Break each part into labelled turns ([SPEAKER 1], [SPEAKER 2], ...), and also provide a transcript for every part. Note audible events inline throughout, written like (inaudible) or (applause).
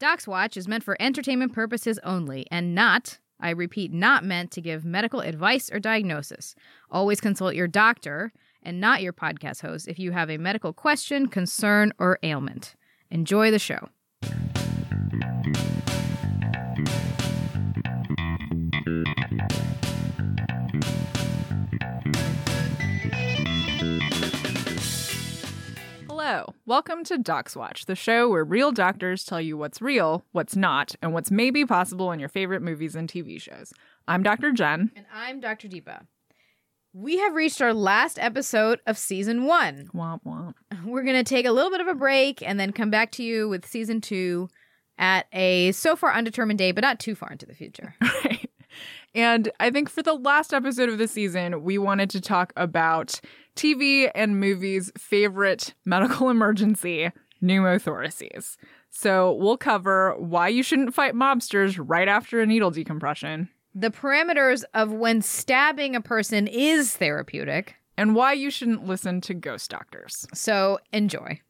[SPEAKER 1] Doc's Watch is meant for entertainment purposes only and not, I repeat, not meant to give medical advice or diagnosis. Always consult your doctor and not your podcast host if you have a medical question, concern, or ailment. Enjoy the show.
[SPEAKER 2] Hello. Welcome to Docs Watch, the show where real doctors tell you what's real, what's not, and what's maybe possible in your favorite movies and TV shows. I'm Dr. Jen.
[SPEAKER 1] And I'm Dr. Deepa. We have reached our last episode of season one.
[SPEAKER 2] Womp womp.
[SPEAKER 1] We're going to take a little bit of a break and then come back to you with season two at a so far undetermined day, but not too far into the future. (laughs)
[SPEAKER 2] Right. And I think for the last episode of the season, we wanted to talk about TV and movies' favorite medical (laughs) emergency, pneumothoraces. So we'll cover why you shouldn't fight mobsters right after a needle decompression,
[SPEAKER 1] the parameters of when stabbing a person is therapeutic.
[SPEAKER 2] and why you shouldn't listen to ghost doctors.
[SPEAKER 1] So enjoy.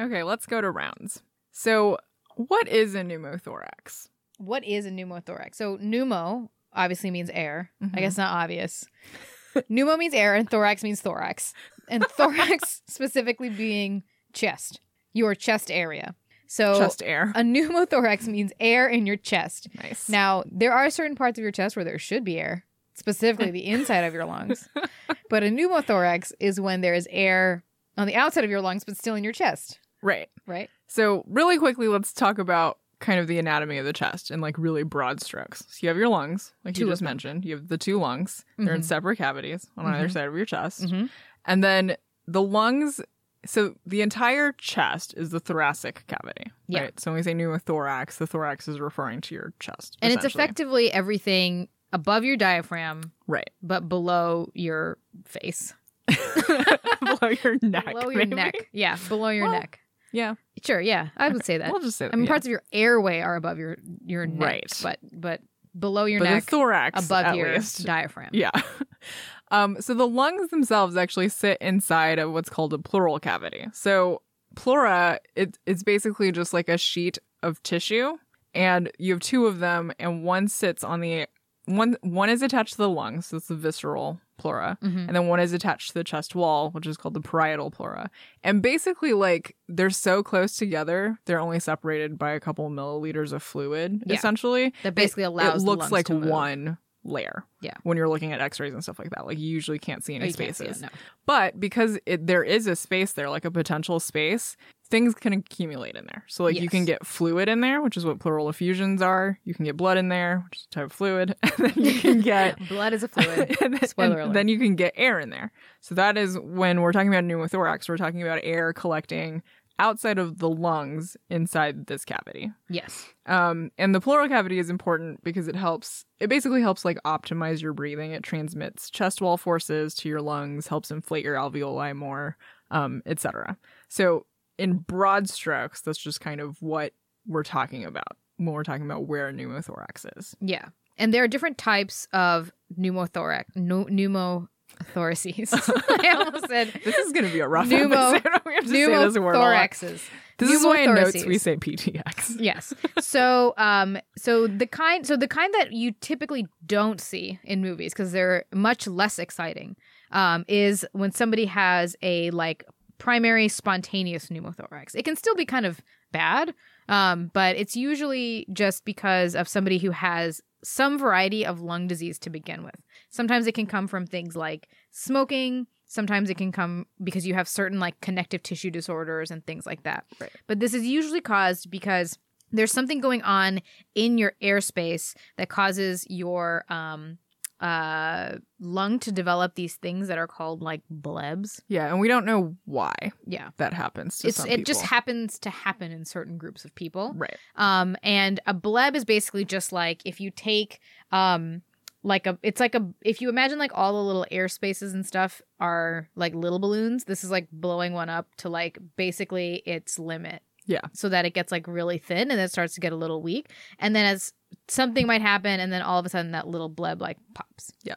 [SPEAKER 2] Okay, let's go to rounds. So, what is a pneumothorax?
[SPEAKER 1] What is a pneumothorax? So pneumo obviously means air.
[SPEAKER 2] Mhm.
[SPEAKER 1] I guess not obvious. pneumo means air and thorax means thorax.
[SPEAKER 2] (laughs)
[SPEAKER 1] And thorax specifically being chest, your chest area. So
[SPEAKER 2] Chest air.
[SPEAKER 1] a pneumothorax means air in your chest.
[SPEAKER 2] Nice.
[SPEAKER 1] Now, there are certain parts of your chest where there should be air, specifically the inside of your
[SPEAKER 2] (laughs)
[SPEAKER 1] lungs. But a pneumothorax is when there is air on the outside of your lungs but still in your chest,
[SPEAKER 2] right.
[SPEAKER 1] right?
[SPEAKER 2] So, really quickly, let's talk about kind of the anatomy of the chest in like really broad strokes. So, you have your lungs, like
[SPEAKER 1] Two
[SPEAKER 2] you
[SPEAKER 1] of
[SPEAKER 2] just mentioned. You have the two lungs. They're in
[SPEAKER 1] Mhm.
[SPEAKER 2] separate cavities on either
[SPEAKER 1] Mhm.
[SPEAKER 2] side of your chest.
[SPEAKER 1] Mhm.
[SPEAKER 2] And then the lungs. So, the entire chest is the thoracic cavity.
[SPEAKER 1] Yeah.
[SPEAKER 2] Right. So, when we say pneumothorax, the thorax is referring to your chest.
[SPEAKER 1] And it's
[SPEAKER 2] essentially.
[SPEAKER 1] effectively everything above your diaphragm
[SPEAKER 2] Right. (laughs)
[SPEAKER 1] but below your face.
[SPEAKER 2] Below your neck.
[SPEAKER 1] (laughs) below your
[SPEAKER 2] maybe.
[SPEAKER 1] neck. Yeah, below your
[SPEAKER 2] Well,
[SPEAKER 1] neck.
[SPEAKER 2] Yeah.
[SPEAKER 1] Sure, yeah. I would say that.
[SPEAKER 2] We'll just say that.
[SPEAKER 1] I mean
[SPEAKER 2] yeah.
[SPEAKER 1] parts of your airway are above your your neck,
[SPEAKER 2] Right.
[SPEAKER 1] but but below your
[SPEAKER 2] but
[SPEAKER 1] neck
[SPEAKER 2] the thorax
[SPEAKER 1] above
[SPEAKER 2] at
[SPEAKER 1] your
[SPEAKER 2] least.
[SPEAKER 1] diaphragm.
[SPEAKER 2] yeah (laughs) um so the lungs themselves actually sit inside of what's called a pleural cavity so pleura it, it's basically just like a sheet of tissue and you have two of them and one sits on the one one is attached to the lungs so it's the visceral pleura
[SPEAKER 1] Mhm.
[SPEAKER 2] and then one is attached to the chest wall which is called the parietal pleura and basically like they're so close together they're only separated by a couple milliliters of fluid
[SPEAKER 1] Yeah.
[SPEAKER 2] essentially
[SPEAKER 1] That basically allows
[SPEAKER 2] it
[SPEAKER 1] the
[SPEAKER 2] looks
[SPEAKER 1] lungs
[SPEAKER 2] like
[SPEAKER 1] to move.
[SPEAKER 2] one layer.
[SPEAKER 1] Yeah.
[SPEAKER 2] When you're looking at X-rays and stuff like that, like you usually can't see
[SPEAKER 1] Oh,
[SPEAKER 2] any
[SPEAKER 1] you can't
[SPEAKER 2] spaces.
[SPEAKER 1] see it, no.
[SPEAKER 2] But because it, there is a space there, like a potential space, things can accumulate in there. So like you can
[SPEAKER 1] Yes.
[SPEAKER 2] get fluid in there, which is what pleural effusions are. You can get blood in there, which is a type of fluid, (laughs) and then (laughs) you
[SPEAKER 1] (laughs)
[SPEAKER 2] can get.
[SPEAKER 1] blood is a
[SPEAKER 2] (laughs)
[SPEAKER 1] fluid.
[SPEAKER 2] and then,
[SPEAKER 1] Spoiler
[SPEAKER 2] and
[SPEAKER 1] alert.
[SPEAKER 2] then you can get air in there. So that is when we're talking about pneumothorax, we're talking about air collecting outside of the lungs inside this cavity.
[SPEAKER 1] yes.
[SPEAKER 2] Um, and the pleural cavity is important because it helps, it basically helps like optimize your breathing. It transmits chest wall forces to your lungs, helps inflate your alveoli more, um, etc. So, in broad strokes, that's just kind of what we're talking about when we're talking about where a pneumothorax
[SPEAKER 1] (laughs)
[SPEAKER 2] is. (laughs)
[SPEAKER 1] Yeah. And there are different types of pneumothorax, no, pneumothoraces. (laughs) I almost
[SPEAKER 2] (laughs)
[SPEAKER 1] said
[SPEAKER 2] This is going to be a rough
[SPEAKER 1] Pneumo-
[SPEAKER 2] episode. (laughs) We have to say this word a lot.
[SPEAKER 1] pneumothoraxes.
[SPEAKER 2] This is why in notes
[SPEAKER 1] pneumothoraces.
[SPEAKER 2] we say PTX.
[SPEAKER 1] Yes. So, um, so the kind, so the kind that you typically don't see in movies because they're much less exciting, um, is when somebody has a like primary spontaneous pneumothorax. It can still be kind of bad, um, but it's usually just because of somebody who has some variety of lung disease to begin with. Sometimes it can come from things like smoking. Sometimes it can come because you have certain like connective tissue disorders and things like that.
[SPEAKER 2] Right.
[SPEAKER 1] But this is usually caused because there's something going on in your airspace that causes your um, uh, lung to develop these things that are called like blebs.
[SPEAKER 2] Yeah, and we don't know why
[SPEAKER 1] Yeah.
[SPEAKER 2] that happens to
[SPEAKER 1] It's,
[SPEAKER 2] some
[SPEAKER 1] it just
[SPEAKER 2] people.
[SPEAKER 1] happens to happen in certain groups of people.
[SPEAKER 2] Right.
[SPEAKER 1] Um, and a bleb is basically just like if you take um like a it's like a if you imagine like all the little air spaces and stuff are like little balloons, this is like blowing one up to like basically its limit.
[SPEAKER 2] Yeah.
[SPEAKER 1] So that it gets like really thin and then it starts to get a little weak. And then as something might happen and then all of a sudden that little bleb like pops.
[SPEAKER 2] Yeah.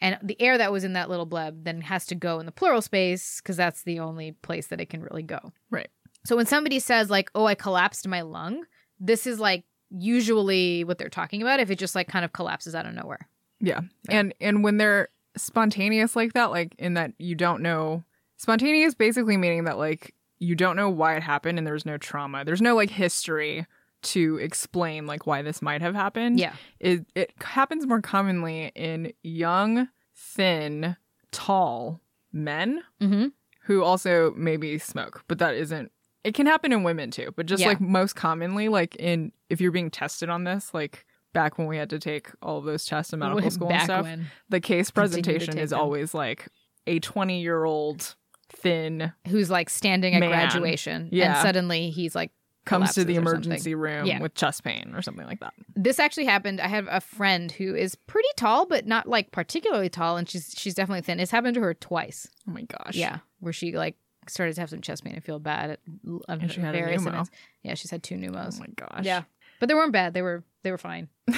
[SPEAKER 1] And the air that was in that little bleb then has to go in the plural space because that's the only place that it can really go.
[SPEAKER 2] Right.
[SPEAKER 1] So when somebody says like, "Oh, I collapsed my lung," this is like usually what they're talking about if it just like kind of collapses out of nowhere.
[SPEAKER 2] Yeah. And and when they're spontaneous like that, like in that you don't know spontaneous basically meaning that like you don't know why it happened and there's no trauma. There's no like history to explain like why this might have happened.
[SPEAKER 1] Yeah.
[SPEAKER 2] It it happens more commonly in young, thin, tall men
[SPEAKER 1] Mm-hmm.
[SPEAKER 2] who also maybe smoke, but that isn't it can happen in women too, but just
[SPEAKER 1] Yeah.
[SPEAKER 2] like most commonly like in if you're being tested on this like back when we had to take all of those tests
[SPEAKER 1] (laughs)
[SPEAKER 2] in medical school
[SPEAKER 1] Back
[SPEAKER 2] and stuff
[SPEAKER 1] when
[SPEAKER 2] the
[SPEAKER 1] Continue
[SPEAKER 2] case
[SPEAKER 1] to
[SPEAKER 2] presentation
[SPEAKER 1] take
[SPEAKER 2] is
[SPEAKER 1] them.
[SPEAKER 2] always like a 20 year old thin
[SPEAKER 1] who's like standing at
[SPEAKER 2] Man.
[SPEAKER 1] graduation and
[SPEAKER 2] Yeah.
[SPEAKER 1] suddenly he's like
[SPEAKER 2] comes to the
[SPEAKER 1] Collapses or something.
[SPEAKER 2] emergency room
[SPEAKER 1] Yeah.
[SPEAKER 2] with chest pain or something like that.
[SPEAKER 1] this actually happened. I have a friend who is pretty tall, but not like particularly tall, and she's she's definitely thin. It's happened to her twice.
[SPEAKER 2] Oh my gosh.
[SPEAKER 1] Yeah, where she like started to have some chest pain and feel bad at l- on
[SPEAKER 2] And she had a
[SPEAKER 1] various
[SPEAKER 2] pneumo.
[SPEAKER 1] events. Yeah, she's had two
[SPEAKER 2] Oh
[SPEAKER 1] pneumos.
[SPEAKER 2] my gosh.
[SPEAKER 1] yeah, but they weren't bad. They were they were fine.
[SPEAKER 2] (laughs)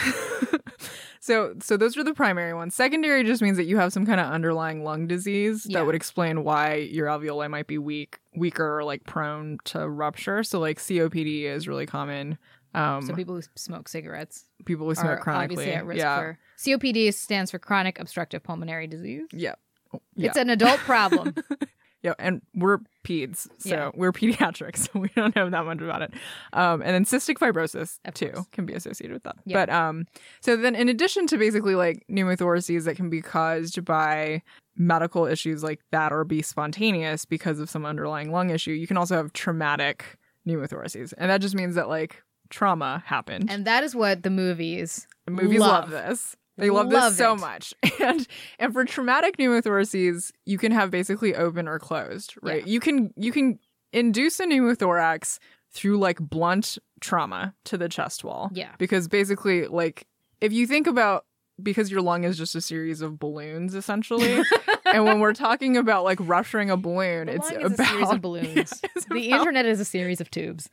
[SPEAKER 2] so so those are the primary ones. Secondary just means that you have some kind of underlying lung disease
[SPEAKER 1] Yeah.
[SPEAKER 2] that would explain why your alveoli might be weak, weaker or like prone to rupture. So like COPD is really common. Um
[SPEAKER 1] So
[SPEAKER 2] people,
[SPEAKER 1] people who smoke cigarettes
[SPEAKER 2] who
[SPEAKER 1] are
[SPEAKER 2] smoke chronically.
[SPEAKER 1] obviously at risk
[SPEAKER 2] yeah.
[SPEAKER 1] for COPD. Stands for chronic obstructive pulmonary disease.
[SPEAKER 2] yeah. Yeah.
[SPEAKER 1] It's an
[SPEAKER 2] (laughs)
[SPEAKER 1] adult problem.
[SPEAKER 2] Yeah, and we're peds, so
[SPEAKER 1] Yeah.
[SPEAKER 2] we're pediatrics, (laughs) so we don't know that much about it. Um, and then cystic fibrosis
[SPEAKER 1] Of
[SPEAKER 2] too
[SPEAKER 1] course.
[SPEAKER 2] can be associated with that.
[SPEAKER 1] Yeah.
[SPEAKER 2] But um, so then in addition to basically like pneumothoraces that can be caused by medical issues like that or be spontaneous because of some underlying lung issue, you can also have traumatic pneumothoraces, and that just means that like trauma happened.
[SPEAKER 1] and that is what the movies
[SPEAKER 2] Movies
[SPEAKER 1] love.
[SPEAKER 2] love, this. They love,
[SPEAKER 1] Love
[SPEAKER 2] this so
[SPEAKER 1] it.
[SPEAKER 2] much. (laughs) And and for traumatic pneumothoraces, you can have basically open or closed, right? You can you can induce a pneumothorax through like blunt trauma to the chest wall.
[SPEAKER 1] Yeah.
[SPEAKER 2] Because basically like if you think about because your lung is just a series of
[SPEAKER 1] (laughs)
[SPEAKER 2] balloons essentially. and when we're talking about like rupturing a balloon,
[SPEAKER 1] The
[SPEAKER 2] it's
[SPEAKER 1] lung is
[SPEAKER 2] about (laughs)
[SPEAKER 1] a series of balloons.
[SPEAKER 2] it's
[SPEAKER 1] the
[SPEAKER 2] about-
[SPEAKER 1] internet is a series of tubes.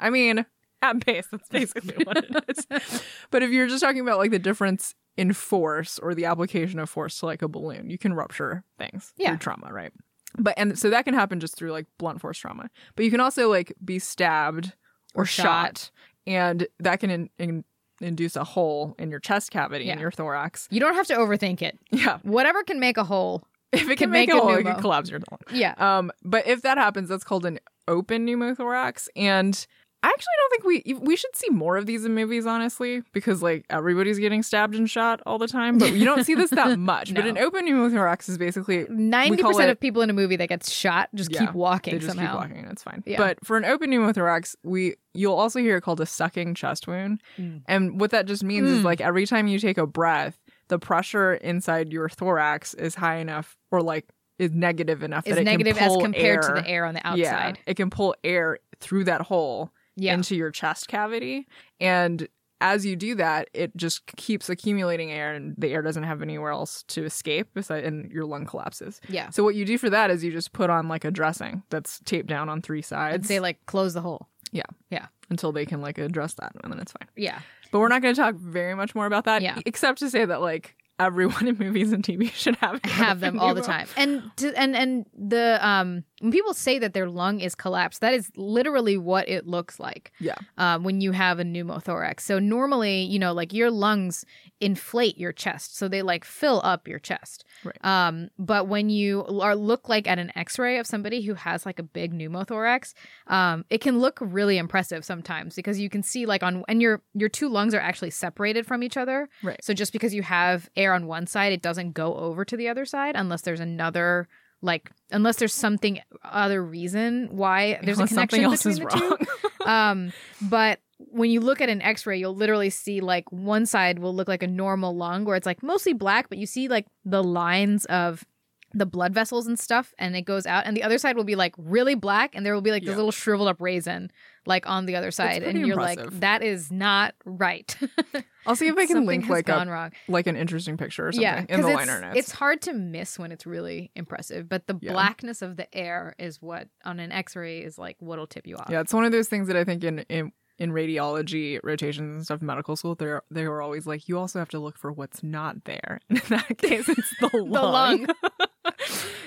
[SPEAKER 2] I mean, at base, that's basically what it is.
[SPEAKER 1] (laughs)
[SPEAKER 2] But if you're just talking about like the difference in force or the application of force to like a balloon, you can rupture things
[SPEAKER 1] Yeah.
[SPEAKER 2] through trauma, right? But and so that can happen just through like blunt force trauma. But you can also like be stabbed or,
[SPEAKER 1] Or shot.
[SPEAKER 2] shot. and that can in, in, induce a hole in your chest cavity in
[SPEAKER 1] Yeah.
[SPEAKER 2] your thorax. (laughs)
[SPEAKER 1] You don't have to overthink it.
[SPEAKER 2] Yeah,
[SPEAKER 1] Whatever can make a hole.
[SPEAKER 2] if it
[SPEAKER 1] Can
[SPEAKER 2] can make,
[SPEAKER 1] make
[SPEAKER 2] a
[SPEAKER 1] a
[SPEAKER 2] hole, it
[SPEAKER 1] pneumo.
[SPEAKER 2] can collapse your lung.
[SPEAKER 1] Yeah.
[SPEAKER 2] Um, but if that happens, that's called an open pneumothorax. And I actually don't think we we should see more of these in movies, honestly, because like everybody's getting stabbed and shot all the time. But you don't see
[SPEAKER 1] (laughs)
[SPEAKER 2] this that much. But
[SPEAKER 1] No.
[SPEAKER 2] an open pneumothorax is basically
[SPEAKER 1] Ninety
[SPEAKER 2] call
[SPEAKER 1] percent
[SPEAKER 2] it-
[SPEAKER 1] of people in a movie that gets shot just
[SPEAKER 2] Yeah,
[SPEAKER 1] keep walking
[SPEAKER 2] they just
[SPEAKER 1] somehow.
[SPEAKER 2] keep walking and it's fine.
[SPEAKER 1] Yeah.
[SPEAKER 2] But for an open pneumothorax, we you'll also hear it called a sucking chest wound.
[SPEAKER 1] Mm.
[SPEAKER 2] And what that just means
[SPEAKER 1] Mm.
[SPEAKER 2] is like every time you take a breath, the pressure inside your thorax is high enough or like is negative enough
[SPEAKER 1] Is
[SPEAKER 2] that it
[SPEAKER 1] negative
[SPEAKER 2] can
[SPEAKER 1] as
[SPEAKER 2] pull
[SPEAKER 1] compared to
[SPEAKER 2] air
[SPEAKER 1] the air on the
[SPEAKER 2] Yeah,
[SPEAKER 1] outside.
[SPEAKER 2] it can pull air through that hole
[SPEAKER 1] Yeah.
[SPEAKER 2] into your chest cavity. And as you do that, it just keeps accumulating air and the air doesn't have anywhere else to escape besides, and your lung collapses.
[SPEAKER 1] yeah.
[SPEAKER 2] So what you do for that is you just put on like a dressing that's taped down on three
[SPEAKER 1] I'd
[SPEAKER 2] sides
[SPEAKER 1] say like close the hole.
[SPEAKER 2] until they can like address that and then it's fine.
[SPEAKER 1] Yeah.
[SPEAKER 2] But we're not going to talk very much more about that
[SPEAKER 1] Yeah.
[SPEAKER 2] except to say that like everyone (laughs) in movies and TV should have an
[SPEAKER 1] (laughs) Have them
[SPEAKER 2] open
[SPEAKER 1] all
[SPEAKER 2] (laughs)
[SPEAKER 1] the
[SPEAKER 2] pneumo.
[SPEAKER 1] time. And to, and and the um when people say that their lung is collapsed, that is literally what it looks like.
[SPEAKER 2] Yeah.
[SPEAKER 1] Um, when you have a pneumothorax. So normally, you know, like your lungs inflate your chest. So they like fill up your chest.
[SPEAKER 2] Right.
[SPEAKER 1] Um, but when you are look like at an x-ray of somebody who has like a big pneumothorax, um, it can look really impressive sometimes because you can see like on and your your two lungs are actually separated from each other.
[SPEAKER 2] Right.
[SPEAKER 1] So just because you have air on one side, it doesn't go over to the other side unless there's another like unless there's something other reason why there's
[SPEAKER 2] Unless
[SPEAKER 1] a
[SPEAKER 2] (laughs) something
[SPEAKER 1] connection
[SPEAKER 2] else
[SPEAKER 1] between
[SPEAKER 2] is
[SPEAKER 1] the two
[SPEAKER 2] wrong. (laughs)
[SPEAKER 1] um, but when you look at an x-ray you'll literally see like one side will look like a normal lung where it's like mostly black but you see like the lines of the blood vessels and stuff and it goes out and the other side will be like really black and there will be like this
[SPEAKER 2] Yeah.
[SPEAKER 1] little shriveled up raisin like on the other side and
[SPEAKER 2] pretty
[SPEAKER 1] you're like
[SPEAKER 2] impressive.
[SPEAKER 1] that is not right
[SPEAKER 2] I'll (laughs) see if I can
[SPEAKER 1] Something
[SPEAKER 2] link
[SPEAKER 1] has
[SPEAKER 2] like
[SPEAKER 1] gone
[SPEAKER 2] a,
[SPEAKER 1] wrong
[SPEAKER 2] like an interesting picture or something
[SPEAKER 1] yeah
[SPEAKER 2] in
[SPEAKER 1] 'cause
[SPEAKER 2] the
[SPEAKER 1] it's,
[SPEAKER 2] liner notes.
[SPEAKER 1] it's hard to miss when it's really impressive but the
[SPEAKER 2] Yeah.
[SPEAKER 1] blackness of the air is what on an x-ray is like what'll tip you off
[SPEAKER 2] Yeah, it's one of those things that I think in in, in radiology rotations and stuff in medical school, they they were always like,
[SPEAKER 1] (laughs)
[SPEAKER 2] (laughs) you also have to look for what's not there. And in that case, it's the lung.
[SPEAKER 1] the lung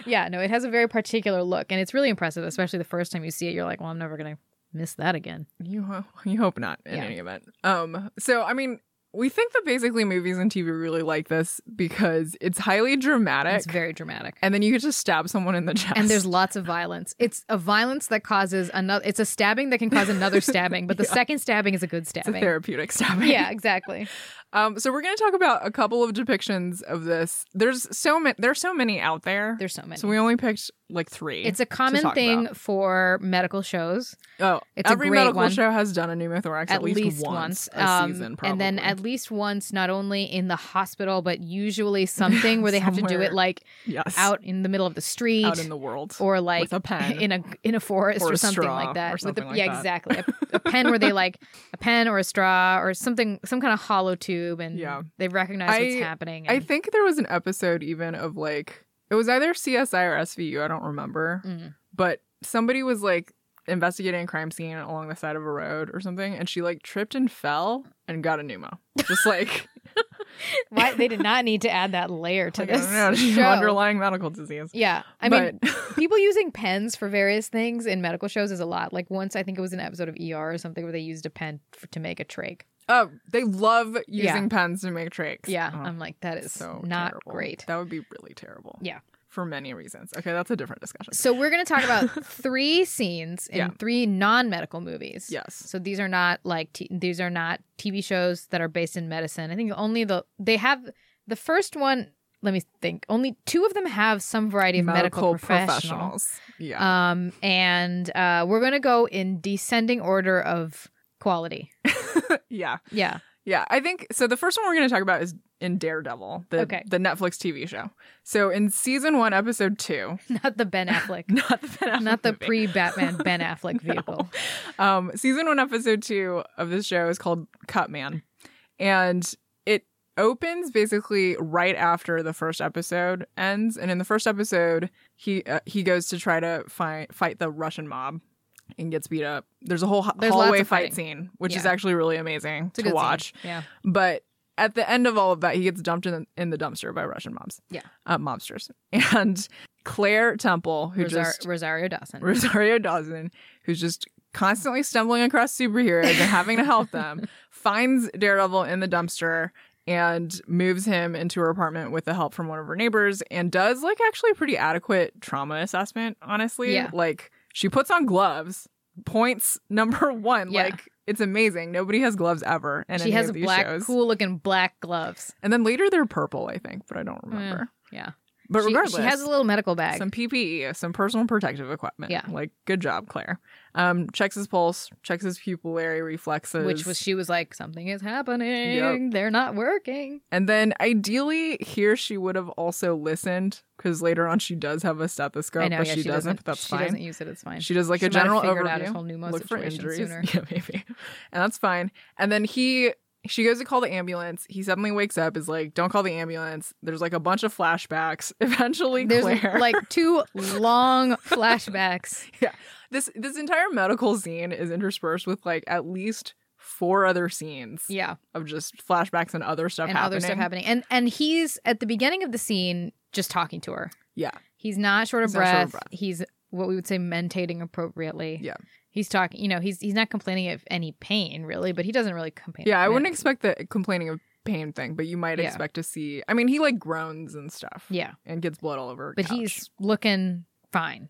[SPEAKER 1] yeah, no, it has a very particular look, and it's really impressive, especially the first time you see it. You're like, well, I'm never gonna miss that again.
[SPEAKER 2] You ho- you hope not in
[SPEAKER 1] Yeah.
[SPEAKER 2] any event. Um so I mean we think that basically movies and TV really like this because it's highly dramatic
[SPEAKER 1] It's very dramatic.
[SPEAKER 2] and then you get to stab someone in the chest.
[SPEAKER 1] And there's lots of violence. It's a violence that causes another. It's a stabbing that can cause
[SPEAKER 2] (laughs)
[SPEAKER 1] another stabbing, but the second stabbing is a good
[SPEAKER 2] it's a
[SPEAKER 1] stabbing.
[SPEAKER 2] therapeutic stabbing.
[SPEAKER 1] yeah, exactly.
[SPEAKER 2] (laughs) Um so we're going to talk about a couple of depictions of this. There's so many there's so many out there.
[SPEAKER 1] There's so many.
[SPEAKER 2] So we only picked like 3.
[SPEAKER 1] it's a common
[SPEAKER 2] talk
[SPEAKER 1] thing for medical shows.
[SPEAKER 2] oh,
[SPEAKER 1] it's a
[SPEAKER 2] every
[SPEAKER 1] great
[SPEAKER 2] medical
[SPEAKER 1] one.
[SPEAKER 2] show has done a pneumothorax at, least, once, a
[SPEAKER 1] um,
[SPEAKER 2] season probably.
[SPEAKER 1] and then at least once, not only in the hospital, but usually something where they have to do
[SPEAKER 2] Somewhere.
[SPEAKER 1] it like
[SPEAKER 2] (laughs) yes,
[SPEAKER 1] out in the middle of the street
[SPEAKER 2] out in the world
[SPEAKER 1] or like
[SPEAKER 2] with a
[SPEAKER 1] (laughs)
[SPEAKER 2] pen.
[SPEAKER 1] in a in a forest
[SPEAKER 2] Or
[SPEAKER 1] or,
[SPEAKER 2] a
[SPEAKER 1] something
[SPEAKER 2] straw
[SPEAKER 1] like that.
[SPEAKER 2] or
[SPEAKER 1] with
[SPEAKER 2] something
[SPEAKER 1] a,
[SPEAKER 2] like
[SPEAKER 1] yeah,
[SPEAKER 2] that.
[SPEAKER 1] exactly. A, a pen where they like a pen or a straw or something, some kind of hollow tube, and
[SPEAKER 2] Yeah.
[SPEAKER 1] they recognize what's
[SPEAKER 2] I-
[SPEAKER 1] happening.
[SPEAKER 2] I
[SPEAKER 1] and-
[SPEAKER 2] think there was an episode even of like it was either CSI or SVU, I don't remember,
[SPEAKER 1] Mm.
[SPEAKER 2] but somebody was like investigating a crime scene along the side of a road or something, and she like tripped and fell and got a pneumo.
[SPEAKER 1] (laughs)
[SPEAKER 2] Just like,
[SPEAKER 1] (laughs) Why they did not need to add that layer to
[SPEAKER 2] like, I
[SPEAKER 1] this (laughs)
[SPEAKER 2] don't know, (laughs) just
[SPEAKER 1] show.
[SPEAKER 2] underlying medical disease.
[SPEAKER 1] Yeah, I mean,
[SPEAKER 2] but (laughs)
[SPEAKER 1] people using pens for various things in medical shows is a lot. Like once, I think it was an episode of ER or something where they used a pen f to make a trach.
[SPEAKER 2] oh, they love
[SPEAKER 1] Yeah.
[SPEAKER 2] using pens to make tricks.
[SPEAKER 1] Yeah,
[SPEAKER 2] Oh,
[SPEAKER 1] I'm like that is
[SPEAKER 2] so
[SPEAKER 1] not
[SPEAKER 2] terrible.
[SPEAKER 1] great.
[SPEAKER 2] That would be really terrible.
[SPEAKER 1] Yeah.
[SPEAKER 2] for many reasons. Okay, that's a different discussion.
[SPEAKER 1] So we're gonna talk (laughs) about three scenes in
[SPEAKER 2] Yeah.
[SPEAKER 1] three non-medical movies.
[SPEAKER 2] Yes.
[SPEAKER 1] So these are not like t- these are not TV shows that are based in medicine. I think only the they have the first one. Let me think. Only two of them have some variety of medical, professional.
[SPEAKER 2] Yeah.
[SPEAKER 1] Um, and uh, we're gonna go in descending order of quality. Uh,
[SPEAKER 2] yeah.
[SPEAKER 1] Yeah,
[SPEAKER 2] Yeah, I think so. The first one we're going to talk about is in Daredevil, the
[SPEAKER 1] Okay.
[SPEAKER 2] the Netflix TV show. So in season one, episode two,
[SPEAKER 1] (laughs)
[SPEAKER 2] (laughs)
[SPEAKER 1] not the Ben Affleck,
[SPEAKER 2] not the Ben Affleck
[SPEAKER 1] not the
[SPEAKER 2] movie. (laughs)
[SPEAKER 1] pre-Batman Ben Affleck vehicle.
[SPEAKER 2] um, season one, episode two of this show is called Cut Man, and it opens basically right after the first episode ends. And in the first episode, he uh, he goes to try to fight fight the Russian mob. And gets beat up. There's a whole ho-
[SPEAKER 1] There's lots
[SPEAKER 2] hallway
[SPEAKER 1] of
[SPEAKER 2] fight
[SPEAKER 1] fighting.
[SPEAKER 2] scene, which is
[SPEAKER 1] Yeah.
[SPEAKER 2] actually really amazing
[SPEAKER 1] It's a
[SPEAKER 2] to
[SPEAKER 1] good scene.
[SPEAKER 2] watch.
[SPEAKER 1] Yeah.
[SPEAKER 2] But at the end of all of that, he gets dumped in the, in the dumpster by Russian mobs.
[SPEAKER 1] Yeah.
[SPEAKER 2] Uh, mobsters. (laughs) And Claire Temple, who
[SPEAKER 1] Rosar-
[SPEAKER 2] just,
[SPEAKER 1] Rosario Dawson.
[SPEAKER 2] (laughs) Rosario Dawson, who's just constantly stumbling across superheroes and having to help
[SPEAKER 1] (laughs)
[SPEAKER 2] them, finds Daredevil in the dumpster and moves him into her apartment with the help from one of her neighbors and does like actually a pretty adequate trauma assessment, honestly.
[SPEAKER 1] Yeah.
[SPEAKER 2] Like she puts on gloves. Points number one.
[SPEAKER 1] Yeah.
[SPEAKER 2] Like it's amazing. Nobody has gloves ever. And
[SPEAKER 1] she has
[SPEAKER 2] of these
[SPEAKER 1] black,
[SPEAKER 2] shows.
[SPEAKER 1] cool looking black gloves.
[SPEAKER 2] And then later they're purple, I think, but I don't remember.
[SPEAKER 1] Mm, yeah.
[SPEAKER 2] But
[SPEAKER 1] She-
[SPEAKER 2] regardless,
[SPEAKER 1] she, has a little medical bag.
[SPEAKER 2] some PPE, some personal protective equipment.
[SPEAKER 1] Yeah.
[SPEAKER 2] Like, good job, Claire. Um, checks his pulse, checks his pupillary reflexes.
[SPEAKER 1] which was she was like, something is happening.
[SPEAKER 2] Yep.
[SPEAKER 1] They're not working.
[SPEAKER 2] And then ideally, here she would have also listened because later on she does have a stethoscope,
[SPEAKER 1] I know.
[SPEAKER 2] but
[SPEAKER 1] yeah,
[SPEAKER 2] she, doesn't, but that's
[SPEAKER 1] she
[SPEAKER 2] fine.
[SPEAKER 1] doesn't use it. It's fine.
[SPEAKER 2] She does like
[SPEAKER 1] She
[SPEAKER 2] a
[SPEAKER 1] might have
[SPEAKER 2] general
[SPEAKER 1] figured
[SPEAKER 2] overview.
[SPEAKER 1] out his whole pneumo
[SPEAKER 2] look for
[SPEAKER 1] situation
[SPEAKER 2] injuries. (laughs)
[SPEAKER 1] sooner.
[SPEAKER 2] Yeah, maybe. And that's fine. And then he she goes to call the ambulance. He suddenly wakes up, is like, Don't call the ambulance. There's like a bunch of flashbacks. (laughs) Eventually
[SPEAKER 1] There's
[SPEAKER 2] Claire.
[SPEAKER 1] like
[SPEAKER 2] (laughs)
[SPEAKER 1] two long flashbacks.
[SPEAKER 2] this this entire medical scene is interspersed with like at least four other scenes
[SPEAKER 1] Yeah.
[SPEAKER 2] of just flashbacks and other stuff
[SPEAKER 1] and
[SPEAKER 2] happening.
[SPEAKER 1] other stuff happening. And and he's at the beginning of the scene just talking to her.
[SPEAKER 2] Yeah.
[SPEAKER 1] He's not short of,
[SPEAKER 2] He's not
[SPEAKER 1] breath.
[SPEAKER 2] short of breath.
[SPEAKER 1] He's what we would say mentating appropriately.
[SPEAKER 2] Yeah.
[SPEAKER 1] He's talking, you know, he's he's not complaining of any pain really, but he doesn't really complain.
[SPEAKER 2] Yeah, I wouldn't expect the complaining of pain thing, but you might
[SPEAKER 1] Yeah.
[SPEAKER 2] expect to see I mean he like groans and stuff
[SPEAKER 1] Yeah.
[SPEAKER 2] and gets blood all over. her
[SPEAKER 1] But
[SPEAKER 2] couch.
[SPEAKER 1] he's looking fine.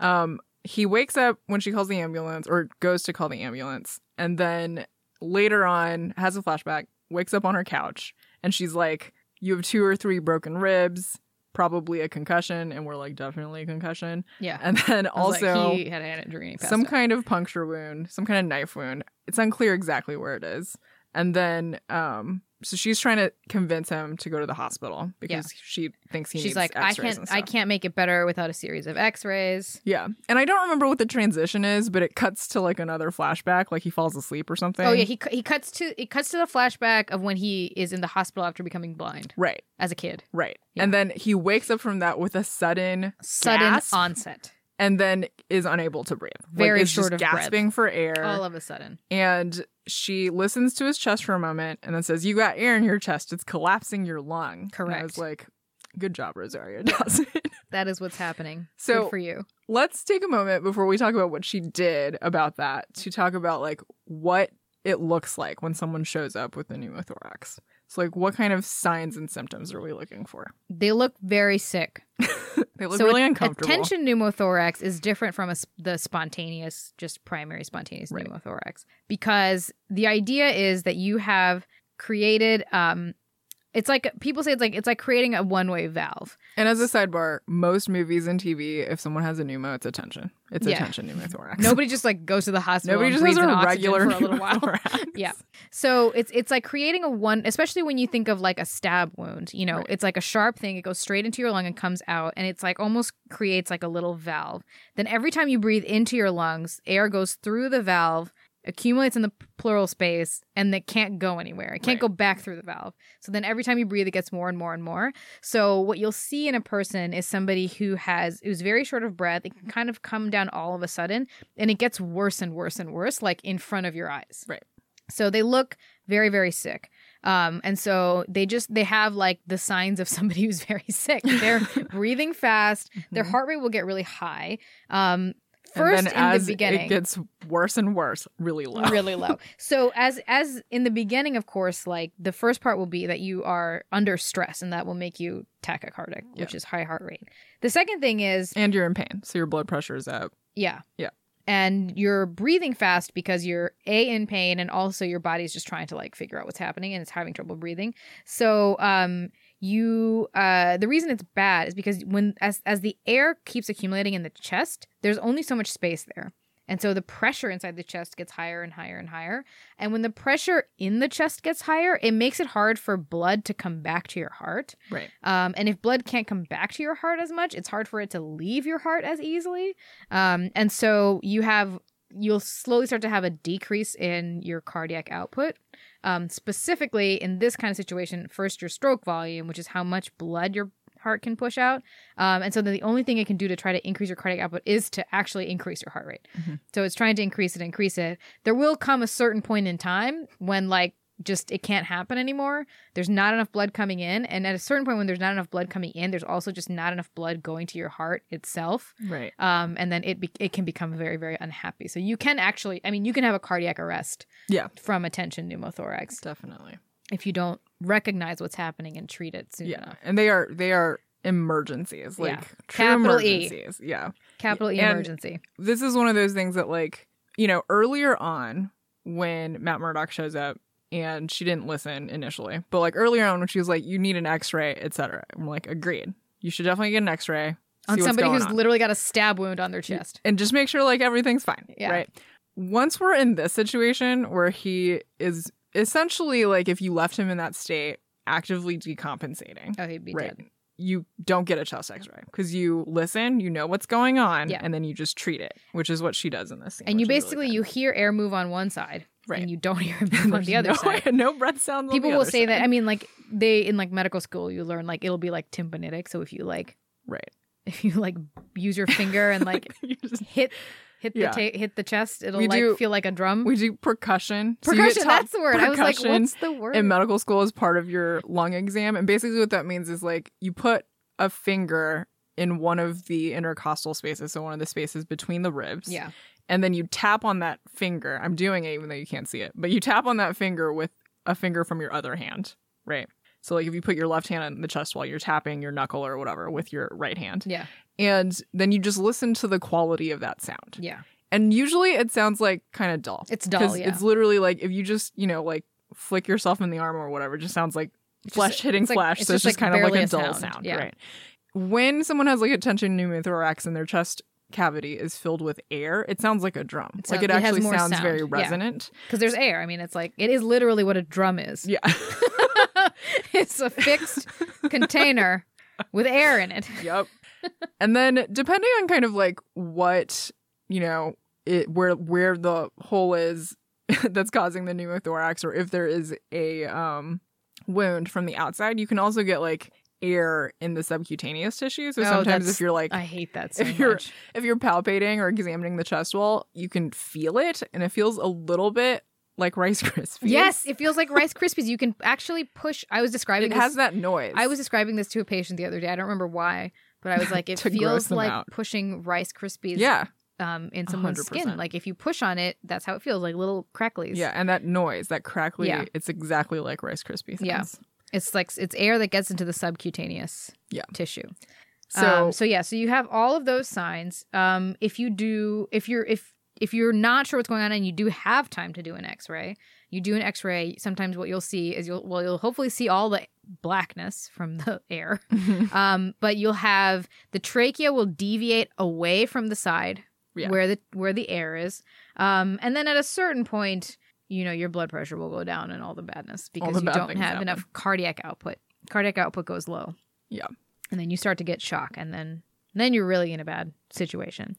[SPEAKER 2] Um, he wakes up when she calls the ambulance or goes to call the ambulance, and then later on has a flashback, wakes up on her couch, and she's like, You have two or three broken ribs, probably a concussion, and we're like, Definitely a concussion.
[SPEAKER 1] Yeah.
[SPEAKER 2] And then
[SPEAKER 1] I was like,
[SPEAKER 2] also
[SPEAKER 1] he had had a drink.
[SPEAKER 2] some kind of puncture wound, some kind of knife wound. It's unclear exactly where it is. And then, um, so she's trying to convince him to go to the hospital because she thinks he
[SPEAKER 1] She's
[SPEAKER 2] needs
[SPEAKER 1] like, I
[SPEAKER 2] x-rays
[SPEAKER 1] can't
[SPEAKER 2] and
[SPEAKER 1] I
[SPEAKER 2] stuff."
[SPEAKER 1] can't make it better without a series of x-rays.
[SPEAKER 2] Yeah. And I don't remember what the transition is, but it cuts to like another flashback, like he falls asleep or something.
[SPEAKER 1] Oh yeah, he cu- he cuts to it cuts to the flashback of when he is in the hospital after becoming blind
[SPEAKER 2] right,
[SPEAKER 1] as a kid.
[SPEAKER 2] right.
[SPEAKER 1] Yeah.
[SPEAKER 2] And then he wakes up from that with a sudden
[SPEAKER 1] Sudden
[SPEAKER 2] Gasp.
[SPEAKER 1] onset.
[SPEAKER 2] and then is unable to breathe.
[SPEAKER 1] Very
[SPEAKER 2] like, is
[SPEAKER 1] short
[SPEAKER 2] just
[SPEAKER 1] of breath. Oh,
[SPEAKER 2] gasping for air.
[SPEAKER 1] All of a sudden.
[SPEAKER 2] and she listens to his chest for a moment and then says, You got air in your chest. It's collapsing your lung. And I was
[SPEAKER 1] Correct.
[SPEAKER 2] like, Good job, Rosario Dawson.
[SPEAKER 1] That is what's happening.
[SPEAKER 2] (laughs) So-
[SPEAKER 1] Good for you.
[SPEAKER 2] let's take a moment before we talk about what she did about that to talk about like what it looks like when someone shows up with a pneumothorax. So like what kind of signs and symptoms are we looking for?
[SPEAKER 1] They look very sick.
[SPEAKER 2] They look
[SPEAKER 1] So
[SPEAKER 2] really
[SPEAKER 1] a-
[SPEAKER 2] uncomfortable.
[SPEAKER 1] A tension pneumothorax is different from a, s- the spontaneous, just primary spontaneous
[SPEAKER 2] Right.
[SPEAKER 1] pneumothorax because the idea is that you have created. Um, it's like people say it's like it's like creating a one way
[SPEAKER 2] (laughs)
[SPEAKER 1] valve.
[SPEAKER 2] And as a sidebar, most movies and TV, if someone has a pneumo, it's a tension. It's a
[SPEAKER 1] Yeah.
[SPEAKER 2] tension pneumothorax.
[SPEAKER 1] Nobody just like goes to the hospital. and
[SPEAKER 2] Nobody just has
[SPEAKER 1] breathes in
[SPEAKER 2] a
[SPEAKER 1] oxygen
[SPEAKER 2] regular
[SPEAKER 1] for a little while.
[SPEAKER 2] pneumothorax.
[SPEAKER 1] Yeah. (laughs) So it's it's like creating a one, especially when you think of like a stab wound. You know,
[SPEAKER 2] Right.
[SPEAKER 1] it's like a sharp thing. It goes straight into your lung and comes out, and it's like almost creates like a little valve. Then every time you breathe into your lungs, air goes through the valve, accumulates in the pleural space, and it can't go anywhere. It can't go
[SPEAKER 2] Right.
[SPEAKER 1] back through the valve. So then every time you breathe, it gets more and more and more. So what you'll see in a person is somebody who has who's very short of breath. It can kind of come down all of a sudden, and it gets worse and worse and worse, like in front of your eyes.
[SPEAKER 2] Right.
[SPEAKER 1] So they look very very sick. Um, and so they just they have like the signs of (laughs) somebody who's very sick.
[SPEAKER 2] (laughs)
[SPEAKER 1] They're breathing fast. Their
[SPEAKER 2] Mhm.
[SPEAKER 1] heart rate will get really high. Um,
[SPEAKER 2] And
[SPEAKER 1] first
[SPEAKER 2] then
[SPEAKER 1] in
[SPEAKER 2] as
[SPEAKER 1] the beginning,
[SPEAKER 2] it gets worse and worse, really low.
[SPEAKER 1] really
[SPEAKER 2] (laughs)
[SPEAKER 1] low. So as as in the beginning, of course, like the first part will be that you are under stress, and that will make you tachycardic,
[SPEAKER 2] Yeah.
[SPEAKER 1] which is high heart rate. The second thing is
[SPEAKER 2] And you're in pain, so your blood pressure is up.
[SPEAKER 1] yeah
[SPEAKER 2] Yeah.
[SPEAKER 1] and you're breathing fast because you're a in pain and also your body's just trying to like figure out what's happening and it's having trouble breathing. So um you uh the reason it's bad is because when as as the air keeps accumulating in the chest, there's only so much space there. And so the pressure inside the chest gets higher and higher and higher. And when the pressure in the chest gets higher, it makes it hard for blood to come back to your heart.
[SPEAKER 2] Right.
[SPEAKER 1] Um, and if blood can't come back to your heart as much, it's hard for it to leave your heart as easily. Um, and so you have you'll slowly start to have a decrease in your cardiac output. Um, specifically in this kind of situation, first your stroke volume, which is how much blood your heart can push out. Um, and so then the only thing it can do to try to increase your cardiac output is to actually increase your heart rate.
[SPEAKER 2] Mhm.
[SPEAKER 1] So it's trying to increase it, increase it. There will come a certain point in time when like just it can't happen anymore there's not enough blood coming in and at a certain point when there's not enough blood coming in there's also just not enough blood going to your heart itself
[SPEAKER 2] Right.
[SPEAKER 1] um, and then it be- it can become very very unhappy so you can actually i mean you can have a cardiac arrest
[SPEAKER 2] Yeah.
[SPEAKER 1] from a tension pneumothorax
[SPEAKER 2] Definitely.
[SPEAKER 1] if you don't recognize what's happening and treat it soon
[SPEAKER 2] Yeah.
[SPEAKER 1] enough
[SPEAKER 2] And they are they are emergencies,
[SPEAKER 1] Yeah.
[SPEAKER 2] like true
[SPEAKER 1] Capital E.
[SPEAKER 2] emergencies. Yeah.
[SPEAKER 1] capital e
[SPEAKER 2] And-
[SPEAKER 1] emergency
[SPEAKER 2] this is one of those things that like you know earlier on when matt murdock shows up and she didn't listen initially but like earlier on when she was like you need an x-ray etc i'm like agreed you should definitely get an x-ray see
[SPEAKER 1] on
[SPEAKER 2] what's
[SPEAKER 1] somebody
[SPEAKER 2] going
[SPEAKER 1] who's
[SPEAKER 2] on.
[SPEAKER 1] literally got a stab wound on their chest
[SPEAKER 2] and just make sure like everything's fine
[SPEAKER 1] Yeah.
[SPEAKER 2] right once we're in this situation where he is essentially like if you left him in that state actively decompensating
[SPEAKER 1] oh he'd be
[SPEAKER 2] right
[SPEAKER 1] dead
[SPEAKER 2] you don't get a chest x-ray because you listen you know what's going on
[SPEAKER 1] Yeah.
[SPEAKER 2] and then you just treat it which is what she does in this scene
[SPEAKER 1] and you
[SPEAKER 2] which is really
[SPEAKER 1] basically
[SPEAKER 2] (laughs) good.
[SPEAKER 1] you hear air move on one side
[SPEAKER 2] Right.
[SPEAKER 1] and you don't (laughs) hear him move
[SPEAKER 2] And
[SPEAKER 1] on
[SPEAKER 2] there's
[SPEAKER 1] the other
[SPEAKER 2] no,
[SPEAKER 1] side
[SPEAKER 2] (laughs) no breath sounds on
[SPEAKER 1] people
[SPEAKER 2] the
[SPEAKER 1] will
[SPEAKER 2] other
[SPEAKER 1] say that
[SPEAKER 2] side.
[SPEAKER 1] i mean like they in like medical school you learn like it'll be like tympanitic so if you like (laughs)
[SPEAKER 2] right
[SPEAKER 1] if you like use your finger and (laughs) like
[SPEAKER 2] (laughs) You just-
[SPEAKER 1] hit hit
[SPEAKER 2] Yeah.
[SPEAKER 1] the ta- hit the chest it'll
[SPEAKER 2] We
[SPEAKER 1] like
[SPEAKER 2] do-
[SPEAKER 1] feel like a drum
[SPEAKER 2] we do percussion So you get
[SPEAKER 1] percussion
[SPEAKER 2] taught
[SPEAKER 1] that's the word i was like
[SPEAKER 2] percussion
[SPEAKER 1] what's the word
[SPEAKER 2] in medical school as part of your lung exam and basically what that means is like you put a finger in one of the intercostal spaces so one of the spaces between the ribs
[SPEAKER 1] yeah
[SPEAKER 2] and then you tap on that finger i'm doing it even though you can't see it but you tap on that finger with a finger from your other hand right so like if you put your left hand on the chest while you're tapping your knuckle or whatever with your right hand
[SPEAKER 1] yeah
[SPEAKER 2] and then you just listen to the quality of that sound
[SPEAKER 1] yeah
[SPEAKER 2] And usually it sounds like kind of dull.
[SPEAKER 1] It's dull, yeah.
[SPEAKER 2] It's literally like if you just, you know, like flick yourself in the arm or whatever, it just sounds like
[SPEAKER 1] It's
[SPEAKER 2] flesh
[SPEAKER 1] just-
[SPEAKER 2] hitting
[SPEAKER 1] it's like-
[SPEAKER 2] flesh.
[SPEAKER 1] it's
[SPEAKER 2] so it's
[SPEAKER 1] just,
[SPEAKER 2] just
[SPEAKER 1] like,
[SPEAKER 2] kind of like
[SPEAKER 1] barely
[SPEAKER 2] a
[SPEAKER 1] a
[SPEAKER 2] dull
[SPEAKER 1] sound,
[SPEAKER 2] sound,
[SPEAKER 1] yeah.
[SPEAKER 2] right? When someone has like a tension pneumothorax and their chest cavity is filled with air, it sounds like a drum.
[SPEAKER 1] It
[SPEAKER 2] like
[SPEAKER 1] sounds-
[SPEAKER 2] it
[SPEAKER 1] it has
[SPEAKER 2] actually
[SPEAKER 1] more
[SPEAKER 2] sounds
[SPEAKER 1] sound,
[SPEAKER 2] very
[SPEAKER 1] yeah.
[SPEAKER 2] resonant.
[SPEAKER 1] because there's air i mean it's like it is literally what a drum is
[SPEAKER 2] Yeah.
[SPEAKER 1] (laughs)
[SPEAKER 2] (laughs)
[SPEAKER 1] it's a fixed container with air in it
[SPEAKER 2] yep. (laughs) And then depending on kind of like what, you know, it where where the hole is (laughs) that's causing the pneumothorax or if there is a um wound from the outside, you can also get like air in the subcutaneous tissue. So
[SPEAKER 1] Oh,
[SPEAKER 2] sometimes
[SPEAKER 1] that's-
[SPEAKER 2] if you're like
[SPEAKER 1] i hate that so
[SPEAKER 2] If you're-
[SPEAKER 1] much
[SPEAKER 2] if you're palpating or examining the chest wall, you can feel it and it feels a little bit like Rice (laughs) Krispies.
[SPEAKER 1] yes it feels like rice krispies you can actually push i was describing
[SPEAKER 2] It
[SPEAKER 1] this
[SPEAKER 2] has that noise.
[SPEAKER 1] I was describing this to a patient the other day. I don't remember why, But I
[SPEAKER 2] (laughs)
[SPEAKER 1] was like, it
[SPEAKER 2] To gross
[SPEAKER 1] feels
[SPEAKER 2] them
[SPEAKER 1] like
[SPEAKER 2] out.
[SPEAKER 1] pushing Rice Krispies
[SPEAKER 2] Yeah,
[SPEAKER 1] um, in someone's skin.
[SPEAKER 2] 100%.
[SPEAKER 1] Like if you push on it, that's how it feels, like little cracklies.
[SPEAKER 2] yeah, and that noise, that crackly,
[SPEAKER 1] Yeah.
[SPEAKER 2] it's exactly like Rice Krispie things.
[SPEAKER 1] Yeah. It's like it's air that gets into the subcutaneous
[SPEAKER 2] Yeah.
[SPEAKER 1] tissue.
[SPEAKER 2] So,
[SPEAKER 1] um, so yeah, so you have all of those signs. Um, if you do, if you're if if you're not sure what's going on and you do have time to do an X-ray, you do an X-ray. Sometimes what you'll see is you'll well you'll hopefully see all the blackness from the (laughs) air,
[SPEAKER 2] (laughs)
[SPEAKER 1] um, but you'll have the trachea will deviate away from the side
[SPEAKER 2] Yeah.
[SPEAKER 1] where the where the air is, um, and then at a certain point, you know your blood pressure will go down and all the badness because
[SPEAKER 2] the
[SPEAKER 1] you
[SPEAKER 2] bad
[SPEAKER 1] don't have
[SPEAKER 2] things happen.
[SPEAKER 1] enough cardiac output. Cardiac output goes low and then you start to get shock and then then you're really in a bad situation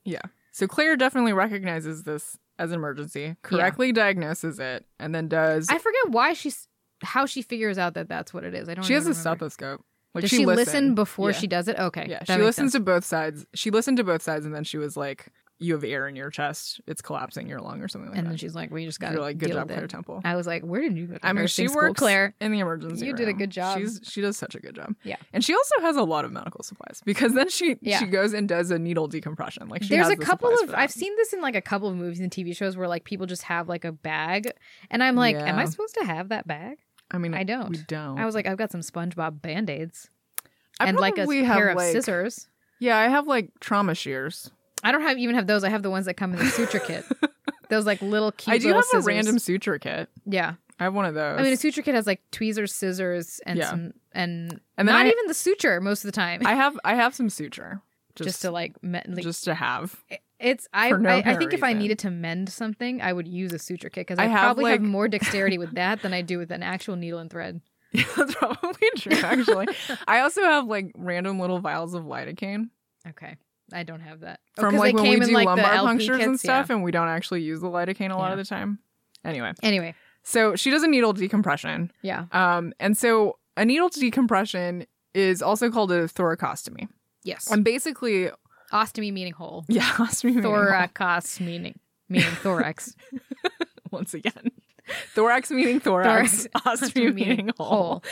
[SPEAKER 2] so Claire definitely recognizes this as an emergency, correctly diagnoses it, and then does.
[SPEAKER 1] i forget why she's how she figures out that that's what it is i don't
[SPEAKER 2] she has
[SPEAKER 1] even
[SPEAKER 2] a
[SPEAKER 1] remember.
[SPEAKER 2] stethoscope. Like
[SPEAKER 1] does she, listen
[SPEAKER 2] listened.
[SPEAKER 1] before
[SPEAKER 2] Yeah.
[SPEAKER 1] she does it okay
[SPEAKER 2] Yeah,
[SPEAKER 1] that
[SPEAKER 2] she
[SPEAKER 1] makes
[SPEAKER 2] listens
[SPEAKER 1] sense.
[SPEAKER 2] to both sides. She listened to both sides, and then she was like, "You have air in your chest; it's collapsing your lung, or something like
[SPEAKER 1] and
[SPEAKER 2] that."
[SPEAKER 1] then she's like well you just gotta
[SPEAKER 2] You're like, "Good
[SPEAKER 1] deal
[SPEAKER 2] job,
[SPEAKER 1] with
[SPEAKER 2] Claire
[SPEAKER 1] it.
[SPEAKER 2] Temple."
[SPEAKER 1] i was like where did you go to
[SPEAKER 2] I mean,
[SPEAKER 1] nursing
[SPEAKER 2] she
[SPEAKER 1] school,
[SPEAKER 2] works
[SPEAKER 1] claire
[SPEAKER 2] in the emergency.
[SPEAKER 1] You did a
[SPEAKER 2] room.
[SPEAKER 1] good job.
[SPEAKER 2] She's she does such a good job.
[SPEAKER 1] Yeah.
[SPEAKER 2] and she also has a lot of medical supplies because then she
[SPEAKER 1] Yeah.
[SPEAKER 2] she goes and does a needle decompression. Like she
[SPEAKER 1] there's
[SPEAKER 2] has
[SPEAKER 1] a
[SPEAKER 2] the
[SPEAKER 1] couple
[SPEAKER 2] supplies
[SPEAKER 1] of
[SPEAKER 2] for that.
[SPEAKER 1] i've seen this in like a couple of movies and tv shows where like people just have like a bag and i'm like am i
[SPEAKER 2] Yeah.
[SPEAKER 1] supposed to have that bag
[SPEAKER 2] I mean,
[SPEAKER 1] I don't.
[SPEAKER 2] We don't.
[SPEAKER 1] i was like i've got some spongebob band-aids
[SPEAKER 2] I
[SPEAKER 1] and like a
[SPEAKER 2] probably have,
[SPEAKER 1] pair of
[SPEAKER 2] like-
[SPEAKER 1] scissors
[SPEAKER 2] Yeah, I have like trauma shears.
[SPEAKER 1] I don't have even have those. I have the ones that come in the suture
[SPEAKER 2] (laughs)
[SPEAKER 1] kit. Those like little cute.
[SPEAKER 2] I do
[SPEAKER 1] little
[SPEAKER 2] have
[SPEAKER 1] scissors.
[SPEAKER 2] a random suture kit.
[SPEAKER 1] Yeah,
[SPEAKER 2] I have one of those.
[SPEAKER 1] I mean a suture kit has like tweezers, scissors, and
[SPEAKER 2] Yeah.
[SPEAKER 1] some and,
[SPEAKER 2] And then
[SPEAKER 1] not
[SPEAKER 2] I-
[SPEAKER 1] even the suture most of the time.
[SPEAKER 2] I have I have some suture
[SPEAKER 1] (laughs) just,
[SPEAKER 2] just,
[SPEAKER 1] to like, me- like
[SPEAKER 2] just to have. (laughs)
[SPEAKER 1] it's I
[SPEAKER 2] for no
[SPEAKER 1] I, I
[SPEAKER 2] apparent
[SPEAKER 1] think if I
[SPEAKER 2] reason.
[SPEAKER 1] needed to mend something, I would use a suture kit because I,
[SPEAKER 2] I have,
[SPEAKER 1] probably have
[SPEAKER 2] like-
[SPEAKER 1] more
[SPEAKER 2] (laughs)
[SPEAKER 1] dexterity with that than I do with an actual needle and thread.
[SPEAKER 2] Yeah, that's probably true,
[SPEAKER 1] (laughs)
[SPEAKER 2] actually. I also have like random little vials of lidocaine
[SPEAKER 1] Okay, I don't have that Oh,
[SPEAKER 2] from
[SPEAKER 1] 'cause
[SPEAKER 2] like
[SPEAKER 1] they
[SPEAKER 2] when
[SPEAKER 1] came
[SPEAKER 2] we
[SPEAKER 1] in,
[SPEAKER 2] do
[SPEAKER 1] like, the
[SPEAKER 2] lumbar
[SPEAKER 1] LP
[SPEAKER 2] punctures and
[SPEAKER 1] kits, yeah.
[SPEAKER 2] stuff, and we don't actually use the lidocaine a lot of the time. Anyway,
[SPEAKER 1] Anyway,
[SPEAKER 2] so she does a needle decompression.
[SPEAKER 1] yeah,
[SPEAKER 2] Um, and so a needle decompression is also called a thoracostomy.
[SPEAKER 1] yes,
[SPEAKER 2] And basically, (laughs)
[SPEAKER 1] ostomy meaning hole,
[SPEAKER 2] yeah, ostomy (laughs) meaning
[SPEAKER 1] thorax meaning meaning thorax,
[SPEAKER 2] once again. (laughs) Thorax meaning thorax, (laughs)
[SPEAKER 1] (laughs)
[SPEAKER 2] ostomy meaning hole.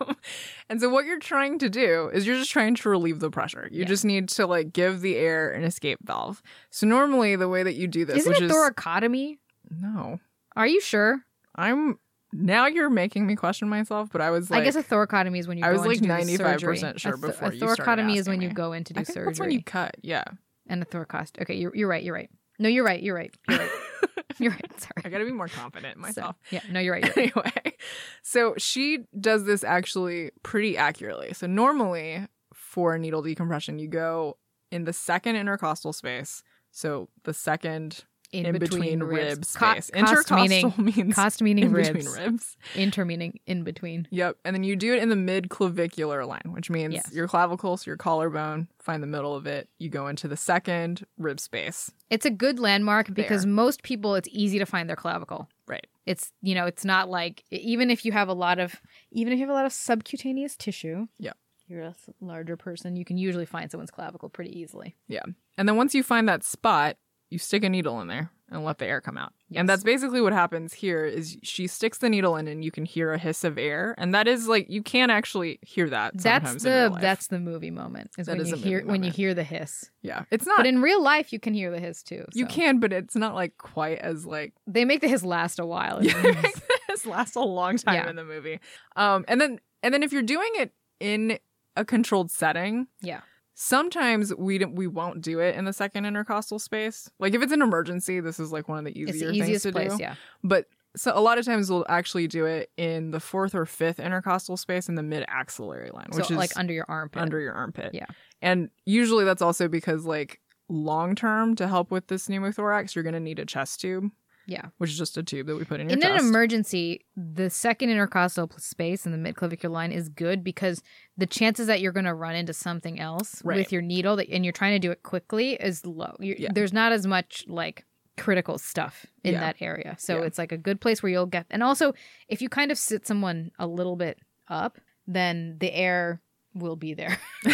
[SPEAKER 2] Um, (laughs) and so what you're trying to do is you're just trying to relieve the pressure. You
[SPEAKER 1] Yeah.
[SPEAKER 2] just need to like give the air an escape valve. So normally the way that you do this,
[SPEAKER 1] Isn't
[SPEAKER 2] which
[SPEAKER 1] it
[SPEAKER 2] is
[SPEAKER 1] thoracotomy?
[SPEAKER 2] no,
[SPEAKER 1] Are you sure?
[SPEAKER 2] I'm now you're making me question myself, but I was like,
[SPEAKER 1] I guess a thoracotomy is when you.
[SPEAKER 2] I
[SPEAKER 1] go
[SPEAKER 2] was,
[SPEAKER 1] in
[SPEAKER 2] like,
[SPEAKER 1] to do
[SPEAKER 2] 95%
[SPEAKER 1] surgery.
[SPEAKER 2] sure
[SPEAKER 1] a th-
[SPEAKER 2] before
[SPEAKER 1] a
[SPEAKER 2] you started
[SPEAKER 1] thoracotomy is
[SPEAKER 2] asking
[SPEAKER 1] when you
[SPEAKER 2] me.
[SPEAKER 1] go in to do
[SPEAKER 2] I think
[SPEAKER 1] surgery,
[SPEAKER 2] that's when you cut. Yeah,
[SPEAKER 1] and a thoracostomy. Okay, you're, you're right. You're right. No, you're right. You're right. You're right. (laughs) you're right. Sorry.
[SPEAKER 2] I got to be more confident in (laughs)
[SPEAKER 1] So,
[SPEAKER 2] myself.
[SPEAKER 1] yeah. No, you're right. (laughs) You're right.
[SPEAKER 2] anyway, so she does this actually pretty accurately. So normally for needle decompression, you go in the second intercostal space. So the second in, between, ribs
[SPEAKER 1] Co-
[SPEAKER 2] space.
[SPEAKER 1] cost (laughs) meaning
[SPEAKER 2] (laughs) means
[SPEAKER 1] cost meaning
[SPEAKER 2] in
[SPEAKER 1] ribs.
[SPEAKER 2] between ribs.
[SPEAKER 1] Inter meaning in between.
[SPEAKER 2] Yep. And then you do it in the mid clavicular line, which means
[SPEAKER 1] Yes.
[SPEAKER 2] your clavicle, so your collarbone, find the middle of it. You go into the second rib space.
[SPEAKER 1] It's a good landmark because
[SPEAKER 2] There.
[SPEAKER 1] most people, it's easy to find their clavicle.
[SPEAKER 2] Right.
[SPEAKER 1] It's you know, it's not like e, even if you have a lot of even if you have a lot of subcutaneous tissue.
[SPEAKER 2] Yeah.
[SPEAKER 1] You're a s- larger person. You can usually find someone's clavicle pretty easily.
[SPEAKER 2] And then once you find that spot, you stick a needle in there and let the air come out.
[SPEAKER 1] Yes.
[SPEAKER 2] And that's basically what happens here is she sticks the needle in and you can hear a hiss of air. And that is like you can actually hear that
[SPEAKER 1] That's
[SPEAKER 2] sometimes in real
[SPEAKER 1] the
[SPEAKER 2] life.
[SPEAKER 1] that's the movie moment. Is
[SPEAKER 2] That
[SPEAKER 1] when
[SPEAKER 2] is
[SPEAKER 1] you
[SPEAKER 2] a movie
[SPEAKER 1] hear when you
[SPEAKER 2] moment.
[SPEAKER 1] hear the hiss.
[SPEAKER 2] yeah. It's
[SPEAKER 1] But
[SPEAKER 2] not
[SPEAKER 1] in real life, you can hear the hiss too.
[SPEAKER 2] you
[SPEAKER 1] so.
[SPEAKER 2] can, but it's not like quite as like
[SPEAKER 1] They make the hiss last a (laughs) while.
[SPEAKER 2] this lasts a long time
[SPEAKER 1] Yeah.
[SPEAKER 2] in the movie. Um and then and then if you're doing it in a controlled setting,
[SPEAKER 1] Yeah.
[SPEAKER 2] Sometimes we don't, we won't do it in the second intercostal space. Like if it's an emergency, this is like one of the easier
[SPEAKER 1] it's the
[SPEAKER 2] things
[SPEAKER 1] easiest
[SPEAKER 2] to
[SPEAKER 1] place.
[SPEAKER 2] do.
[SPEAKER 1] Yeah.
[SPEAKER 2] But so a lot of times we'll actually do it in the fourth or fifth intercostal space in the mid axillary line, which
[SPEAKER 1] so
[SPEAKER 2] is
[SPEAKER 1] like
[SPEAKER 2] like
[SPEAKER 1] under your armpit.
[SPEAKER 2] under your armpit.
[SPEAKER 1] Yeah.
[SPEAKER 2] And usually that's also because like long term to help with this pneumothorax, you're going to need a chest tube,
[SPEAKER 1] yeah.
[SPEAKER 2] which is just a tube that we put in your
[SPEAKER 1] In an
[SPEAKER 2] chest.
[SPEAKER 1] emergency, the second intercostal pl- space in the midclavicular line is good because the chances that you're going to run into something else
[SPEAKER 2] Right.
[SPEAKER 1] with your needle that, and you're trying to do it quickly is low. you
[SPEAKER 2] Yeah.
[SPEAKER 1] There's not as much like critical stuff in
[SPEAKER 2] Yeah.
[SPEAKER 1] that area. So
[SPEAKER 2] Yeah.
[SPEAKER 1] it's like a good place where you'll get. And also, if you kind of sit someone a little bit up, then the air will be there. (laughs)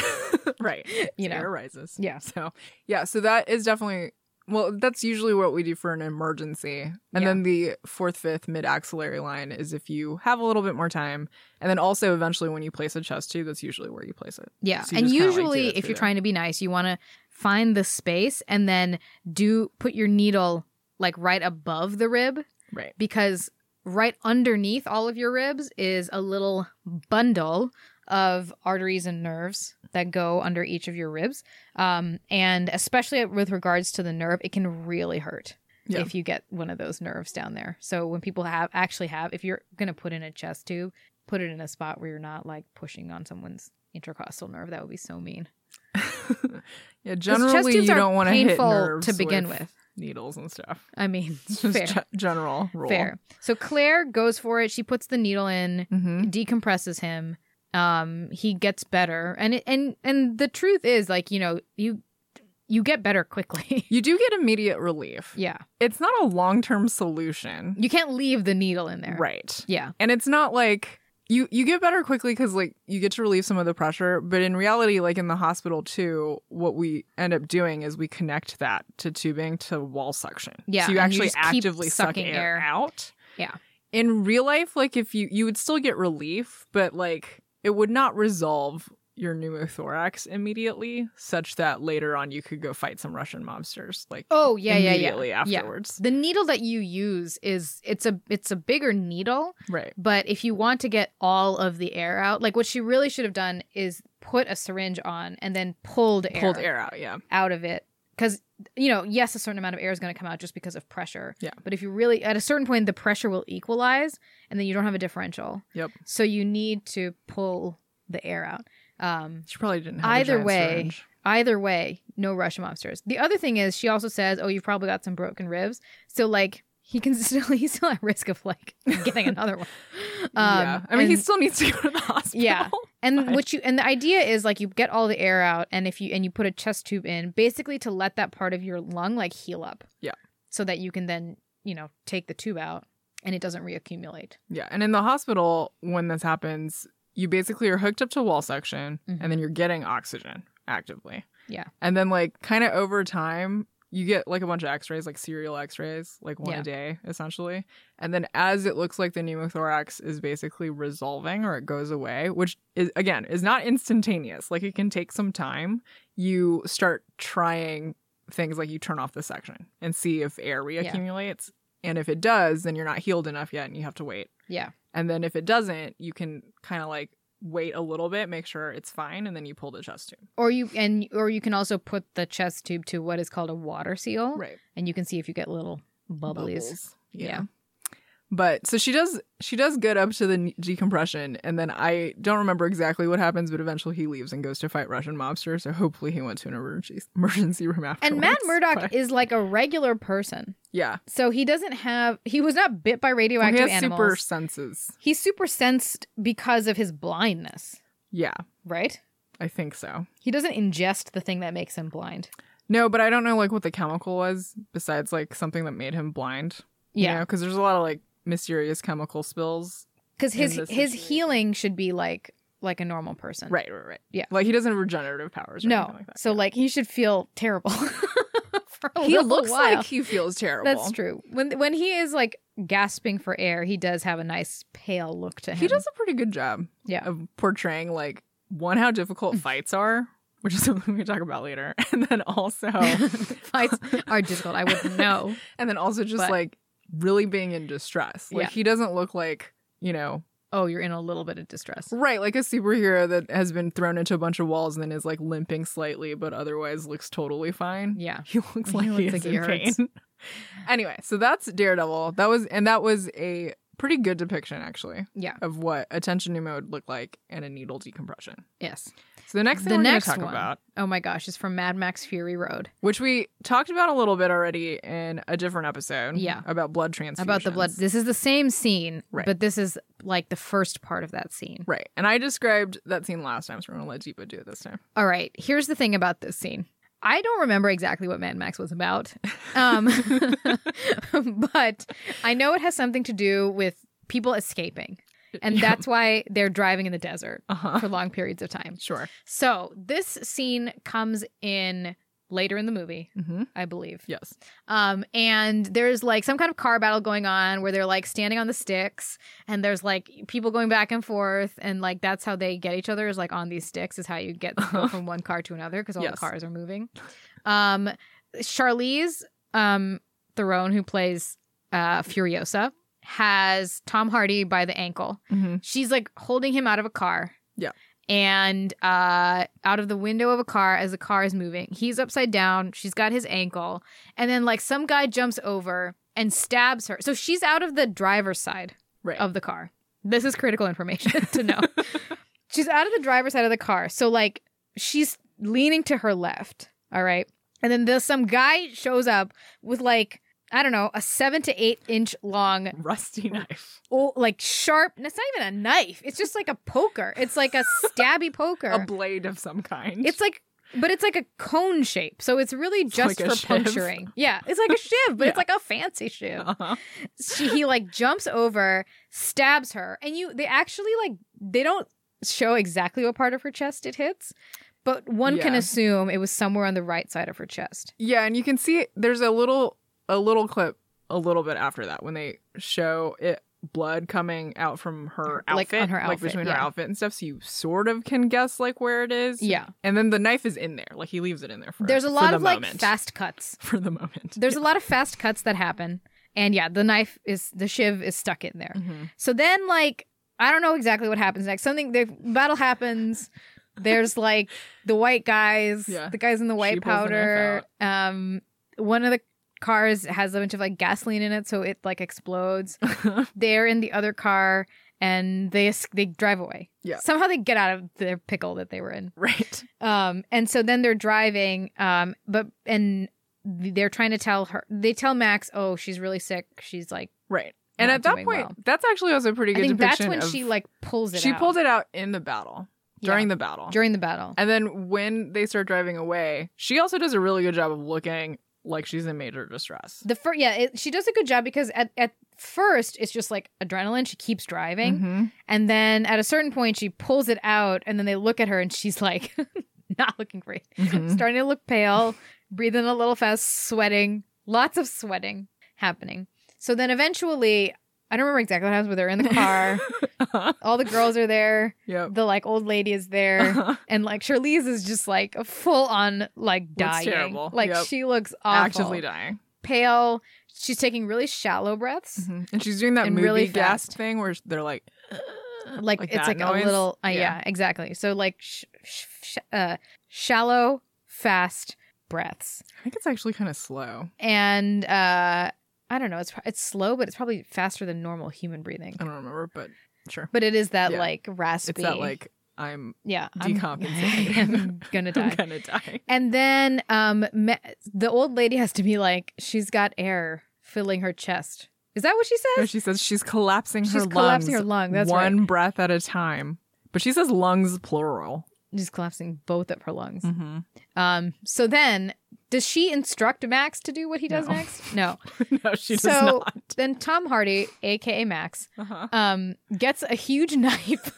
[SPEAKER 2] right.
[SPEAKER 1] You
[SPEAKER 2] So
[SPEAKER 1] know.
[SPEAKER 2] air rises. (laughs)
[SPEAKER 1] Yeah.
[SPEAKER 2] So, yeah, so that is definitely Well, that's usually what we do for an emergency. And
[SPEAKER 1] Yeah.
[SPEAKER 2] then the fourth, fifth, mid axillary line is if you have a little bit more time. And then also eventually when you place a chest tube, that's usually where you
[SPEAKER 1] (laughs)
[SPEAKER 2] place it. (laughs)
[SPEAKER 1] Yeah.
[SPEAKER 2] So you
[SPEAKER 1] and
[SPEAKER 2] just kinda, like, do
[SPEAKER 1] usually
[SPEAKER 2] it
[SPEAKER 1] if
[SPEAKER 2] through
[SPEAKER 1] you're
[SPEAKER 2] there.
[SPEAKER 1] trying to be nice, you want to find the space and then do put your needle like right above the rib
[SPEAKER 2] Right.
[SPEAKER 1] because right underneath all of your ribs is a little bundle of arteries and nerves that go under each of your ribs. Um, and especially with regards to the nerve, it can really hurt
[SPEAKER 2] Yeah.
[SPEAKER 1] if you get one of those nerves down there. So when people have actually have, if you're going to put in a chest tube, put it in a spot where you're not like pushing on someone's intercostal nerve. That would be so mean.
[SPEAKER 2] yeah.
[SPEAKER 1] 'Cause chest
[SPEAKER 2] Generally,
[SPEAKER 1] tubes
[SPEAKER 2] you
[SPEAKER 1] are
[SPEAKER 2] don't want to hit
[SPEAKER 1] painful
[SPEAKER 2] nerves
[SPEAKER 1] to begin with.
[SPEAKER 2] needles and stuff. (laughs)
[SPEAKER 1] I (laughs) mean,
[SPEAKER 2] It's just
[SPEAKER 1] fair.
[SPEAKER 2] ge- general rule.
[SPEAKER 1] fair. So Claire goes for it. She puts the needle in.
[SPEAKER 2] hmm
[SPEAKER 1] decompresses him um he gets better and it, and and the truth is like you know you you get better quickly (laughs)
[SPEAKER 2] You do get immediate relief.
[SPEAKER 1] yeah
[SPEAKER 2] It's not a long term solution.
[SPEAKER 1] you can't leave the needle in there
[SPEAKER 2] Right.
[SPEAKER 1] yeah
[SPEAKER 2] and it's not like you you get better quickly because like you get to relieve some of the pressure but in reality like in the hospital too what we end up doing is we connect that to tubing to wall suction
[SPEAKER 1] Yeah,
[SPEAKER 2] so you
[SPEAKER 1] and you
[SPEAKER 2] actually
[SPEAKER 1] just keep
[SPEAKER 2] actively suck
[SPEAKER 1] sucking
[SPEAKER 2] air,
[SPEAKER 1] air.
[SPEAKER 2] out
[SPEAKER 1] Yeah.
[SPEAKER 2] in real life like if you you would still get relief but like it would not resolve your pneumothorax immediately such that later on you could go fight some russian mobsters like
[SPEAKER 1] oh yeah yeah yeah
[SPEAKER 2] immediately
[SPEAKER 1] yeah
[SPEAKER 2] afterwards
[SPEAKER 1] the needle that you use is it's a it's a bigger needle
[SPEAKER 2] right
[SPEAKER 1] but if you want to get all of the air out like what she really should have done is put a syringe on and then pulled air
[SPEAKER 2] pulled air out yeah
[SPEAKER 1] out of it because you know yes a certain amount of air is going to come out just because of pressure
[SPEAKER 2] Yeah.
[SPEAKER 1] but if you really at a certain point the pressure will equalize and then you don't have a differential
[SPEAKER 2] Yep.
[SPEAKER 1] so you need to pull the air out um
[SPEAKER 2] she probably didn't have a
[SPEAKER 1] Either
[SPEAKER 2] giant
[SPEAKER 1] way,
[SPEAKER 2] syringe.
[SPEAKER 1] either way no russian mobsters the other thing is she also says oh you've probably got some broken ribs so like he can (laughs) still he's still at risk of like
[SPEAKER 2] (laughs)
[SPEAKER 1] getting another one um
[SPEAKER 2] yeah. I mean, he
[SPEAKER 1] and-
[SPEAKER 2] still needs to go to the (laughs) hospital.
[SPEAKER 1] Yeah.
[SPEAKER 2] Fine.
[SPEAKER 1] And what you and the idea is like you get all the air out and if you and you put a chest tube in basically to let that part of your lung like heal up.
[SPEAKER 2] Yeah.
[SPEAKER 1] So that you can then, you know, take the tube out and it doesn't reaccumulate.
[SPEAKER 2] Yeah. And in the hospital, when this happens, you basically are hooked up to wall suction and then
[SPEAKER 1] Mm-hmm.
[SPEAKER 2] you're getting oxygen actively.
[SPEAKER 1] Yeah.
[SPEAKER 2] And then, like, kind of over time, you get like a bunch of x rays, like serial x rays, like one
[SPEAKER 1] Yeah.
[SPEAKER 2] a day, essentially. And then, as it looks like the pneumothorax is basically resolving or it goes away, which is, again, is not instantaneous, like, it can take some time, you start trying things like you turn off the section and see if air reaccumulates. And if it does, then you're not healed enough yet and you have to wait.
[SPEAKER 1] Yeah.
[SPEAKER 2] And then if it doesn't, you can kind of like wait a little bit, make sure it's fine, and then you pull the chest tube.
[SPEAKER 1] Or you and or you can also put the chest tube to what is called a water seal
[SPEAKER 2] Right.
[SPEAKER 1] and you can see if you get little bubblies.
[SPEAKER 2] Yeah.
[SPEAKER 1] Yeah.
[SPEAKER 2] But so she does she does get up to the n- decompression and then I don't remember exactly what happens but eventually he leaves and goes to fight Russian mobsters so hopefully he went to an emergency (laughs) emergency room afterwards.
[SPEAKER 1] And Matt Murdock
[SPEAKER 2] But-
[SPEAKER 1] is like a regular person.
[SPEAKER 2] yeah.
[SPEAKER 1] So he doesn't have he was not bit by
[SPEAKER 2] Well,
[SPEAKER 1] radioactive
[SPEAKER 2] he has
[SPEAKER 1] animals.
[SPEAKER 2] super senses.
[SPEAKER 1] He's super sensed because of his blindness,
[SPEAKER 2] Yeah,
[SPEAKER 1] right?
[SPEAKER 2] I think so.
[SPEAKER 1] He doesn't ingest the thing that makes him blind.
[SPEAKER 2] No, but I don't know like what the chemical was besides like something that made him blind.
[SPEAKER 1] Yeah,
[SPEAKER 2] because there's a lot of like mysterious chemical spills.
[SPEAKER 1] because
[SPEAKER 2] in
[SPEAKER 1] his
[SPEAKER 2] this
[SPEAKER 1] his
[SPEAKER 2] situation.
[SPEAKER 1] healing should be like like a normal person.
[SPEAKER 2] Right, right, right.
[SPEAKER 1] Yeah.
[SPEAKER 2] like he doesn't have regenerative powers. Or
[SPEAKER 1] No.
[SPEAKER 2] anything like that.
[SPEAKER 1] so like he should feel terrible. (laughs) Oh, for a
[SPEAKER 2] he
[SPEAKER 1] little
[SPEAKER 2] looks
[SPEAKER 1] while.
[SPEAKER 2] like he feels terrible.
[SPEAKER 1] That's true. When when he is like gasping for air, he does have a nice pale look to him.
[SPEAKER 2] He does a pretty good job.
[SPEAKER 1] Yeah.
[SPEAKER 2] of portraying like one
[SPEAKER 1] (laughs)
[SPEAKER 2] how difficult fights are, which is (laughs) something we talk about later, (laughs) and then also
[SPEAKER 1] (laughs) Fights are difficult. I would know.
[SPEAKER 2] (laughs) and then also just
[SPEAKER 1] But-
[SPEAKER 2] like really being in distress. Like
[SPEAKER 1] Yeah.
[SPEAKER 2] he doesn't look like you know
[SPEAKER 1] Oh, you're in a little bit of distress.
[SPEAKER 2] right like a superhero that has been thrown into a bunch of walls and then is like limping slightly but otherwise looks totally fine
[SPEAKER 1] Yeah.
[SPEAKER 2] (laughs) He looks
[SPEAKER 1] He
[SPEAKER 2] like he,
[SPEAKER 1] looks
[SPEAKER 2] is
[SPEAKER 1] like he
[SPEAKER 2] in
[SPEAKER 1] hurts.
[SPEAKER 2] pain. (laughs) anyway, so that's Daredevil. That was and that was a pretty good depiction actually
[SPEAKER 1] Yeah.
[SPEAKER 2] of what attention pneumo would look like and a needle decompression.
[SPEAKER 1] Yes.
[SPEAKER 2] So the next thing
[SPEAKER 1] The
[SPEAKER 2] we're
[SPEAKER 1] next
[SPEAKER 2] going to talk
[SPEAKER 1] one.
[SPEAKER 2] about,
[SPEAKER 1] Oh my gosh, it's from Mad Max Fury Road
[SPEAKER 2] which we talked about a little bit already in a different episode,
[SPEAKER 1] Yeah.
[SPEAKER 2] about blood transfusions.
[SPEAKER 1] about the blood. This is the same scene,
[SPEAKER 2] Right.
[SPEAKER 1] but this is like the first part of that scene.
[SPEAKER 2] Right. And I described that scene last time, so we're going to let Deepa do it this time.
[SPEAKER 1] All right, here's the thing about this scene. I don't remember exactly what Mad Max was about, um, (laughs) but I know it has something to do with people escaping. And
[SPEAKER 2] (laughs) Yeah.
[SPEAKER 1] that's why they're driving in the desert
[SPEAKER 2] Uh-huh.
[SPEAKER 1] for long periods of time.
[SPEAKER 2] Sure.
[SPEAKER 1] So this scene comes in later in the movie,
[SPEAKER 2] Mm-hmm.
[SPEAKER 1] I believe.
[SPEAKER 2] Yes.
[SPEAKER 1] Um, and there's like some kind of car battle going on where they're like standing on the sticks and there's like people going back and forth and like that's how they get each other is like on these sticks is how you get go from one car to another because all the
[SPEAKER 2] Yes.
[SPEAKER 1] cars are moving. Um, Charlize um, Theron, who plays uh, Furiosa, has Tom Hardy by the ankle
[SPEAKER 2] Mm-hmm.
[SPEAKER 1] she's like holding him out of a car.
[SPEAKER 2] Yeah.
[SPEAKER 1] And uh out of the window of a car as the car is moving. He's upside down, she's got his ankle, and then like some guy jumps over and stabs her. So she's out of the driver's side
[SPEAKER 2] Right.
[SPEAKER 1] of the car. This is critical information (laughs) to know. she's out of the driver's side of the car. So like she's leaning to her left, all right? And then there's some guy shows up with like I don't know, a 7 to 8 inch long
[SPEAKER 2] (laughs) Rusty knife.
[SPEAKER 1] oh, like sharp. and It's not even a knife. It's just like a poker. It's like
[SPEAKER 2] (laughs)
[SPEAKER 1] a stabby poker.
[SPEAKER 2] A blade of some kind. (laughs)
[SPEAKER 1] it's like, but it's like a cone shape. So it's really just
[SPEAKER 2] like a
[SPEAKER 1] for
[SPEAKER 2] shiv.
[SPEAKER 1] puncturing. Yeah, it's
[SPEAKER 2] (laughs)
[SPEAKER 1] like a shiv, but it's
[SPEAKER 2] Yeah.
[SPEAKER 1] like a fancy shiv.
[SPEAKER 2] uh-huh.
[SPEAKER 1] She, he like jumps over, stabs her, and you. They actually like they don't show exactly what part of her chest it hits, but one can
[SPEAKER 2] Yeah.
[SPEAKER 1] assume it was somewhere on the right side of her chest.
[SPEAKER 2] Yeah, and you can see there's a little a little clip a little bit after that when they show it blood coming out from her outfit,
[SPEAKER 1] Like, on her outfit,
[SPEAKER 2] between her
[SPEAKER 1] yeah.
[SPEAKER 2] outfit and stuff. So you sort of can guess like where it is.
[SPEAKER 1] Yeah,
[SPEAKER 2] and then the knife is in there. Like he leaves it in there for
[SPEAKER 1] there's a
[SPEAKER 2] for
[SPEAKER 1] lot
[SPEAKER 2] the
[SPEAKER 1] of like
[SPEAKER 2] moment.
[SPEAKER 1] fast cuts.
[SPEAKER 2] (laughs) for the moment.
[SPEAKER 1] There's
[SPEAKER 2] (laughs)
[SPEAKER 1] a lot of fast cuts that happen. And yeah, the knife is the shiv is stuck in there.
[SPEAKER 2] Mhm.
[SPEAKER 1] So then, like, I don't know exactly what happens next. Something the battle happens.
[SPEAKER 2] (laughs)
[SPEAKER 1] There's like the white guys,
[SPEAKER 2] Yeah.
[SPEAKER 1] the guys in the white
[SPEAKER 2] She pulls the knife
[SPEAKER 1] powder. Um, one of the cars has a bunch of like gasoline in it, so it like
[SPEAKER 2] (laughs)
[SPEAKER 1] explodes. They're in the other car, and they es- they drive away.
[SPEAKER 2] Yeah.
[SPEAKER 1] Somehow they get out of their pickle that they were in.
[SPEAKER 2] Right.
[SPEAKER 1] Um, and so then they're driving, um, but and they're trying to tell her. They tell Max, "Oh, she's really sick. She's like."
[SPEAKER 2] Right. And
[SPEAKER 1] Not
[SPEAKER 2] at that
[SPEAKER 1] doing
[SPEAKER 2] point,
[SPEAKER 1] well.
[SPEAKER 2] that's actually also a pretty
[SPEAKER 1] I
[SPEAKER 2] good
[SPEAKER 1] think that's
[SPEAKER 2] depiction.
[SPEAKER 1] when
[SPEAKER 2] of-
[SPEAKER 1] she like pulls it.
[SPEAKER 2] she
[SPEAKER 1] out.
[SPEAKER 2] pulled it out in the battle
[SPEAKER 1] Yeah.
[SPEAKER 2] during the battle.
[SPEAKER 1] during the battle.
[SPEAKER 2] And then when they start driving away, she also does a really good job of looking like she's in major distress.
[SPEAKER 1] The first, yeah, it, she does a good job because at at first it's just like adrenaline. She keeps driving,
[SPEAKER 2] Mhm.
[SPEAKER 1] and then at a certain point she pulls it out, and then they look at her, and she's like, (laughs) not looking great, (laughs)
[SPEAKER 2] Mhm.
[SPEAKER 1] starting to look pale, breathing a little fast, sweating, lots of sweating happening. So then eventually, I don't remember exactly what happens, but they're in the car.
[SPEAKER 2] (laughs) Uh-huh.
[SPEAKER 1] All the girls are there.
[SPEAKER 2] Yep.
[SPEAKER 1] The like old lady is
[SPEAKER 2] (laughs)
[SPEAKER 1] there.
[SPEAKER 2] Uh-huh.
[SPEAKER 1] And like Charlize is just like full on like dying.
[SPEAKER 2] terrible.
[SPEAKER 1] Like
[SPEAKER 2] Yep.
[SPEAKER 1] she looks awful.
[SPEAKER 2] Actively dying.
[SPEAKER 1] pale. She's taking really shallow breaths.
[SPEAKER 2] Mhm. And she's doing that
[SPEAKER 1] Mm-hmm. And
[SPEAKER 2] movie
[SPEAKER 1] really
[SPEAKER 2] gasp
[SPEAKER 1] fast.
[SPEAKER 2] thing where they're like,
[SPEAKER 1] Like, it's
[SPEAKER 2] that
[SPEAKER 1] like
[SPEAKER 2] noise.
[SPEAKER 1] a little, uh, yeah.
[SPEAKER 2] Yeah.
[SPEAKER 1] exactly. So like sh- sh- sh- uh, shallow, fast breaths,
[SPEAKER 2] I think it's actually kind of slow.
[SPEAKER 1] and uh, I don't know. It's pro- it's slow, but it's probably faster than normal human breathing.
[SPEAKER 2] I don't remember, but sure.
[SPEAKER 1] But it is that
[SPEAKER 2] Um, Yeah.
[SPEAKER 1] like raspy.
[SPEAKER 2] It's that like, I'm
[SPEAKER 1] yeah,
[SPEAKER 2] decompensating.
[SPEAKER 1] I'm, (laughs) I'm gonna
[SPEAKER 2] (laughs)
[SPEAKER 1] die.
[SPEAKER 2] I'm
[SPEAKER 1] (laughs)
[SPEAKER 2] gonna die.
[SPEAKER 1] And then um, me- the old lady has to be like, she's got air filling her chest. Is that what she
[SPEAKER 2] No,
[SPEAKER 1] says?
[SPEAKER 2] she says she's collapsing her
[SPEAKER 1] She's
[SPEAKER 2] lungs.
[SPEAKER 1] collapsing her lung. That's right.
[SPEAKER 2] one breath at a time. But she says lungs plural.
[SPEAKER 1] She's collapsing both of her lungs.
[SPEAKER 2] Mm-hmm. (laughs)
[SPEAKER 1] Um, so then, does she instruct Max to do what he does
[SPEAKER 2] No.
[SPEAKER 1] next? No.
[SPEAKER 2] no, (laughs) she does
[SPEAKER 1] So-
[SPEAKER 2] not.
[SPEAKER 1] then Tom Hardy, aka Max,
[SPEAKER 2] Uh-huh.
[SPEAKER 1] um, gets a huge (laughs) knife.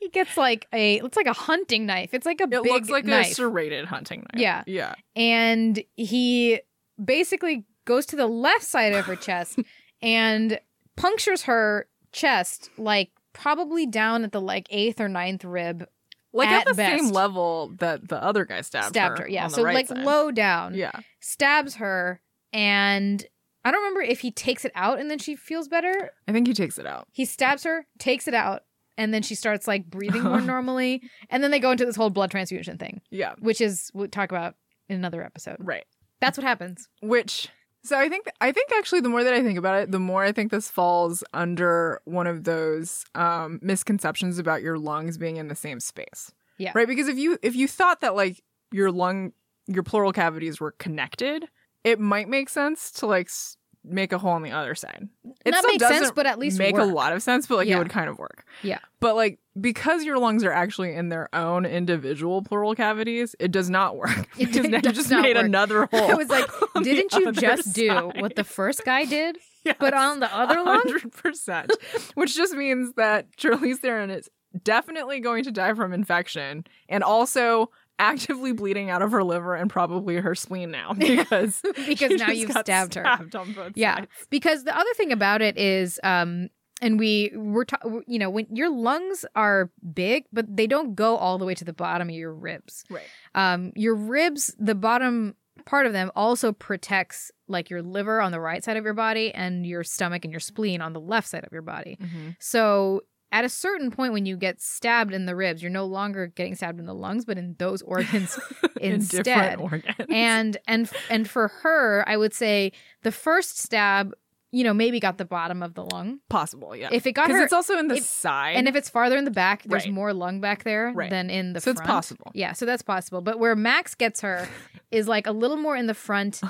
[SPEAKER 1] he gets like a it's like a hunting knife. It's like a
[SPEAKER 2] It
[SPEAKER 1] big
[SPEAKER 2] looks like
[SPEAKER 1] knife,
[SPEAKER 2] a serrated hunting knife.
[SPEAKER 1] Yeah.
[SPEAKER 2] Yeah.
[SPEAKER 1] and he basically goes to the left side of her
[SPEAKER 2] (laughs)
[SPEAKER 1] chest and punctures her chest like probably down at the like eighth or ninth rib
[SPEAKER 2] Like
[SPEAKER 1] At
[SPEAKER 2] at, the
[SPEAKER 1] best.
[SPEAKER 2] same level that the other guy stabbed,
[SPEAKER 1] stabbed
[SPEAKER 2] her.
[SPEAKER 1] her, yeah
[SPEAKER 2] on the
[SPEAKER 1] so
[SPEAKER 2] right
[SPEAKER 1] like
[SPEAKER 2] side.
[SPEAKER 1] low down
[SPEAKER 2] Yeah.
[SPEAKER 1] stabs her and I don't remember if he takes it out and then she feels better.
[SPEAKER 2] I think he takes it out.
[SPEAKER 1] He stabs her, takes it out, and then she starts like breathing
[SPEAKER 2] (laughs)
[SPEAKER 1] more normally. And then they go into this whole blood transfusion thing,
[SPEAKER 2] Yeah.
[SPEAKER 1] which is we'll talk about in another episode.
[SPEAKER 2] Right.
[SPEAKER 1] That's what happens.
[SPEAKER 2] Which so I think I think actually the more that I think about it, the more I think this falls under one of those um, misconceptions about your lungs being in the same space.
[SPEAKER 1] Yeah.
[SPEAKER 2] Right? Because if you if you thought that like your lung your pleural cavities were connected, it might make sense to like s- make a hole on the other side. It
[SPEAKER 1] Not
[SPEAKER 2] still
[SPEAKER 1] make
[SPEAKER 2] doesn't
[SPEAKER 1] sense, but at least
[SPEAKER 2] make
[SPEAKER 1] work.
[SPEAKER 2] a lot of sense, but like
[SPEAKER 1] Yeah.
[SPEAKER 2] it would kind of work.
[SPEAKER 1] Yeah.
[SPEAKER 2] But like because your lungs are actually in their own individual pleural cavities, it does not work.
[SPEAKER 1] (laughs) It
[SPEAKER 2] because
[SPEAKER 1] d-
[SPEAKER 2] now you
[SPEAKER 1] does
[SPEAKER 2] just
[SPEAKER 1] not
[SPEAKER 2] made
[SPEAKER 1] work.
[SPEAKER 2] another
[SPEAKER 1] (laughs)
[SPEAKER 2] hole.
[SPEAKER 1] I was like,
[SPEAKER 2] (laughs) on the
[SPEAKER 1] didn't you
[SPEAKER 2] other
[SPEAKER 1] just do
[SPEAKER 2] side."
[SPEAKER 1] what the first guy
[SPEAKER 2] (laughs)
[SPEAKER 1] did,
[SPEAKER 2] Yes,
[SPEAKER 1] but on the
[SPEAKER 2] (laughs)
[SPEAKER 1] other lung?
[SPEAKER 2] 100%. which just means that Charlize Theron is definitely going to die from infection and also actively bleeding out of her liver and probably her
[SPEAKER 1] (laughs)
[SPEAKER 2] spleen now because
[SPEAKER 1] Because
[SPEAKER 2] she
[SPEAKER 1] now
[SPEAKER 2] just
[SPEAKER 1] you've
[SPEAKER 2] got
[SPEAKER 1] stabbed her.
[SPEAKER 2] on both
[SPEAKER 1] Yeah,
[SPEAKER 2] sides.
[SPEAKER 1] because the other thing about it is, um, and we were, ta- you know, when your lungs are big, but they don't go all the way to the bottom of your ribs.
[SPEAKER 2] Right.
[SPEAKER 1] Um, your ribs, the bottom part of them, also protects like your liver on the right side of your body and your stomach and your spleen on the left side of your body.
[SPEAKER 2] Mm-hmm.
[SPEAKER 1] So at a certain point, when you get stabbed in the ribs, you're no longer getting stabbed in the lungs, but in those
[SPEAKER 2] (laughs)
[SPEAKER 1] organs instead
[SPEAKER 2] different organs.
[SPEAKER 1] and and and for her i would say the first stab you know maybe got the bottom of the lung
[SPEAKER 2] possible, yeah.
[SPEAKER 1] if it got
[SPEAKER 2] Because
[SPEAKER 1] her
[SPEAKER 2] it's also in the
[SPEAKER 1] if-
[SPEAKER 2] side.
[SPEAKER 1] and if it's farther in the back there's
[SPEAKER 2] Right.
[SPEAKER 1] more lung back there
[SPEAKER 2] Right.
[SPEAKER 1] than in the
[SPEAKER 2] so
[SPEAKER 1] front
[SPEAKER 2] it's possible.
[SPEAKER 1] yeah so that's possible but where max gets
[SPEAKER 2] (laughs)
[SPEAKER 1] her is like a little more in the front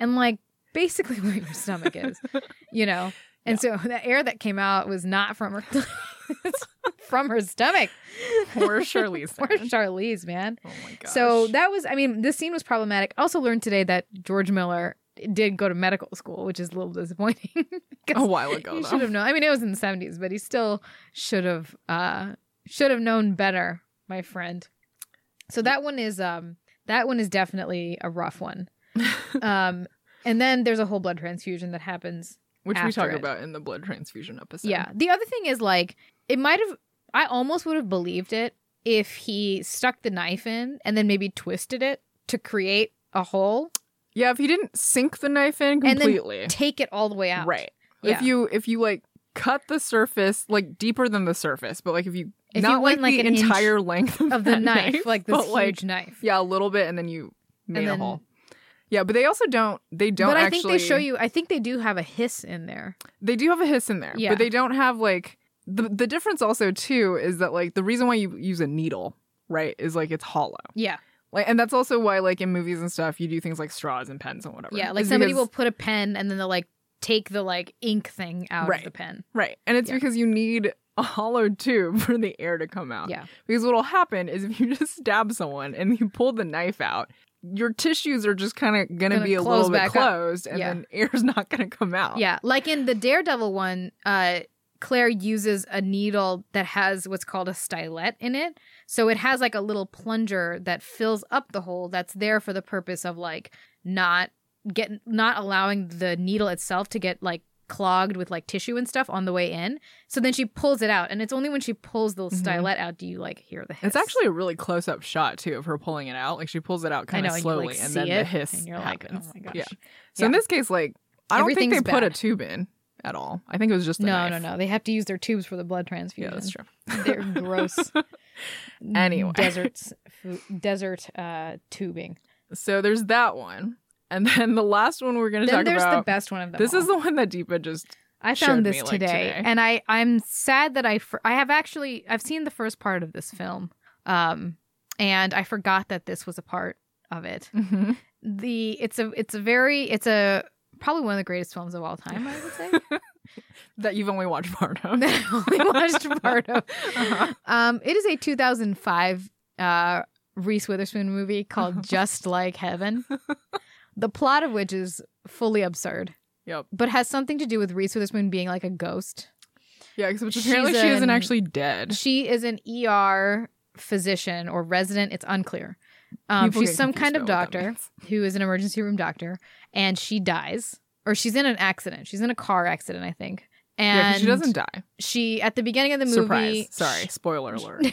[SPEAKER 1] and like basically (laughs) where your stomach is you know and so (laughs) the air that came out was not from her (laughs) it's from her stomach
[SPEAKER 2] Poor Charlize.
[SPEAKER 1] or
[SPEAKER 2] Theron.
[SPEAKER 1] charlize man
[SPEAKER 2] oh my gosh.
[SPEAKER 1] So that was, I mean, this scene was problematic. I also learned today that George Miller did go to medical school, which is a little disappointing.
[SPEAKER 2] a while ago
[SPEAKER 1] he
[SPEAKER 2] though.
[SPEAKER 1] should
[SPEAKER 2] (laughs)
[SPEAKER 1] have known. I mean, it was in the seventies, but he still should have uh, should have known better, my friend. So that one is um that one is definitely a rough one. um, and then there's a whole blood transfusion that happens
[SPEAKER 2] Which we
[SPEAKER 1] after
[SPEAKER 2] talk
[SPEAKER 1] it.
[SPEAKER 2] about in the blood transfusion episode.
[SPEAKER 1] yeah. The other thing is like it might have I almost would have believed it if he stuck the knife in and then maybe twisted it to create a hole,
[SPEAKER 2] Yeah, if he didn't sink the knife in
[SPEAKER 1] then
[SPEAKER 2] completely.
[SPEAKER 1] take it all the way out.
[SPEAKER 2] Right.
[SPEAKER 1] Yeah.
[SPEAKER 2] If you if you like cut the surface like deeper than the surface, but like if you
[SPEAKER 1] If you
[SPEAKER 2] not like,
[SPEAKER 1] went, like,
[SPEAKER 2] the
[SPEAKER 1] an inch
[SPEAKER 2] entire length of,
[SPEAKER 1] Of the
[SPEAKER 2] (laughs) that
[SPEAKER 1] knife, like this
[SPEAKER 2] but
[SPEAKER 1] huge
[SPEAKER 2] like
[SPEAKER 1] knife.
[SPEAKER 2] yeah, a little bit, and then you made
[SPEAKER 1] then-
[SPEAKER 2] a hole. Yeah, but they also don't. They don't.
[SPEAKER 1] but I
[SPEAKER 2] actually,
[SPEAKER 1] think they show you I think they do have a hiss in there.
[SPEAKER 2] They do have a hiss in there,
[SPEAKER 1] Yeah.
[SPEAKER 2] but they don't have like the the difference. Also, too, is that like the reason why you use a needle, right, is like it's hollow.
[SPEAKER 1] Yeah.
[SPEAKER 2] Like, and that's also why like in movies and stuff, you do things like straws and pens and whatever.
[SPEAKER 1] Yeah. Like
[SPEAKER 2] is
[SPEAKER 1] somebody
[SPEAKER 2] because-
[SPEAKER 1] will put a pen and then they'll like take the like ink thing out of
[SPEAKER 2] Right.
[SPEAKER 1] the pen.
[SPEAKER 2] right, and it's
[SPEAKER 1] Yeah.
[SPEAKER 2] because you need a hollow tube (laughs) for the air to come out.
[SPEAKER 1] Yeah.
[SPEAKER 2] Because what'll happen is if you (laughs) just stab someone and you pull the knife out, your tissues are just kind of going to
[SPEAKER 1] Gonna
[SPEAKER 2] be a
[SPEAKER 1] close
[SPEAKER 2] little bit
[SPEAKER 1] back up.
[SPEAKER 2] closed, and
[SPEAKER 1] Yeah.
[SPEAKER 2] then (laughs) air's not going to come out.
[SPEAKER 1] Yeah. Like in the Daredevil one, uh, Claire uses a needle that has what's called a stylet in it. So it has like a little plunger that fills up the hole that's there for the purpose of like not get not allowing the needle itself to get like clogged with like tissue and stuff on the way in. So then she pulls it out and it's only when she pulls the stylet out do you like hear the hiss.
[SPEAKER 2] Mm-hmm. It's actually a really close up shot too of her pulling it out. Like she pulls it out
[SPEAKER 1] I
[SPEAKER 2] kind
[SPEAKER 1] know,
[SPEAKER 2] of
[SPEAKER 1] and you,
[SPEAKER 2] slowly,
[SPEAKER 1] like,
[SPEAKER 2] and
[SPEAKER 1] see
[SPEAKER 2] then the
[SPEAKER 1] it,
[SPEAKER 2] hiss
[SPEAKER 1] and you're like,
[SPEAKER 2] happens.
[SPEAKER 1] oh my gosh.
[SPEAKER 2] Yeah. So in
[SPEAKER 1] Yeah.
[SPEAKER 2] this case, like I don't think they
[SPEAKER 1] Everything's
[SPEAKER 2] put a
[SPEAKER 1] bad.
[SPEAKER 2] tube in at all. I think it was just the
[SPEAKER 1] no,
[SPEAKER 2] knife.
[SPEAKER 1] no, no. They have to use their tubes for the blood transfusion.
[SPEAKER 2] Yeah, that's true. (laughs)
[SPEAKER 1] They're gross.
[SPEAKER 2] Anyway.
[SPEAKER 1] deserts, fu- desert uh, tubing.
[SPEAKER 2] So there's that one, and (laughs) then the last one we're going to
[SPEAKER 1] Then
[SPEAKER 2] talk
[SPEAKER 1] there's
[SPEAKER 2] about.
[SPEAKER 1] the best one of them.
[SPEAKER 2] this is
[SPEAKER 1] all.
[SPEAKER 2] the one that Deepa just.
[SPEAKER 1] I
[SPEAKER 2] showed
[SPEAKER 1] found this
[SPEAKER 2] me, like,
[SPEAKER 1] today,
[SPEAKER 2] today.
[SPEAKER 1] and I I'm sad that I for- I have actually I've seen the first part of this film, um, and I forgot that this was a part of it.
[SPEAKER 2] mm-hmm.
[SPEAKER 1] The it's a it's a very it's a probably one of the greatest films of all time. I would say
[SPEAKER 2] (laughs) That you've only watched part of.
[SPEAKER 1] that I (laughs) only
[SPEAKER 2] (laughs)
[SPEAKER 1] watched part of.
[SPEAKER 2] Uh-huh.
[SPEAKER 1] Um, it is a 2005 uh, Reese Witherspoon movie called
[SPEAKER 2] (laughs)
[SPEAKER 1] Just Like Heaven, the plot of which is fully absurd,
[SPEAKER 2] Yep.
[SPEAKER 1] but has something to do with Reese Witherspoon being like a ghost.
[SPEAKER 2] Yeah, except
[SPEAKER 1] She's
[SPEAKER 2] apparently she isn't
[SPEAKER 1] an-
[SPEAKER 2] actually dead.
[SPEAKER 1] She is an ER physician or resident, it's unclear. Um,
[SPEAKER 2] People
[SPEAKER 1] she's
[SPEAKER 2] get
[SPEAKER 1] some
[SPEAKER 2] confused
[SPEAKER 1] kind of
[SPEAKER 2] about what that
[SPEAKER 1] doctor
[SPEAKER 2] means.
[SPEAKER 1] who is an emergency room doctor, and she dies, or she's in an accident. She's in a car accident, I think. And
[SPEAKER 2] yeah, 'cause she doesn't die.
[SPEAKER 1] she- at the beginning of the movie.
[SPEAKER 2] Surprise. Sorry. Spoiler alert.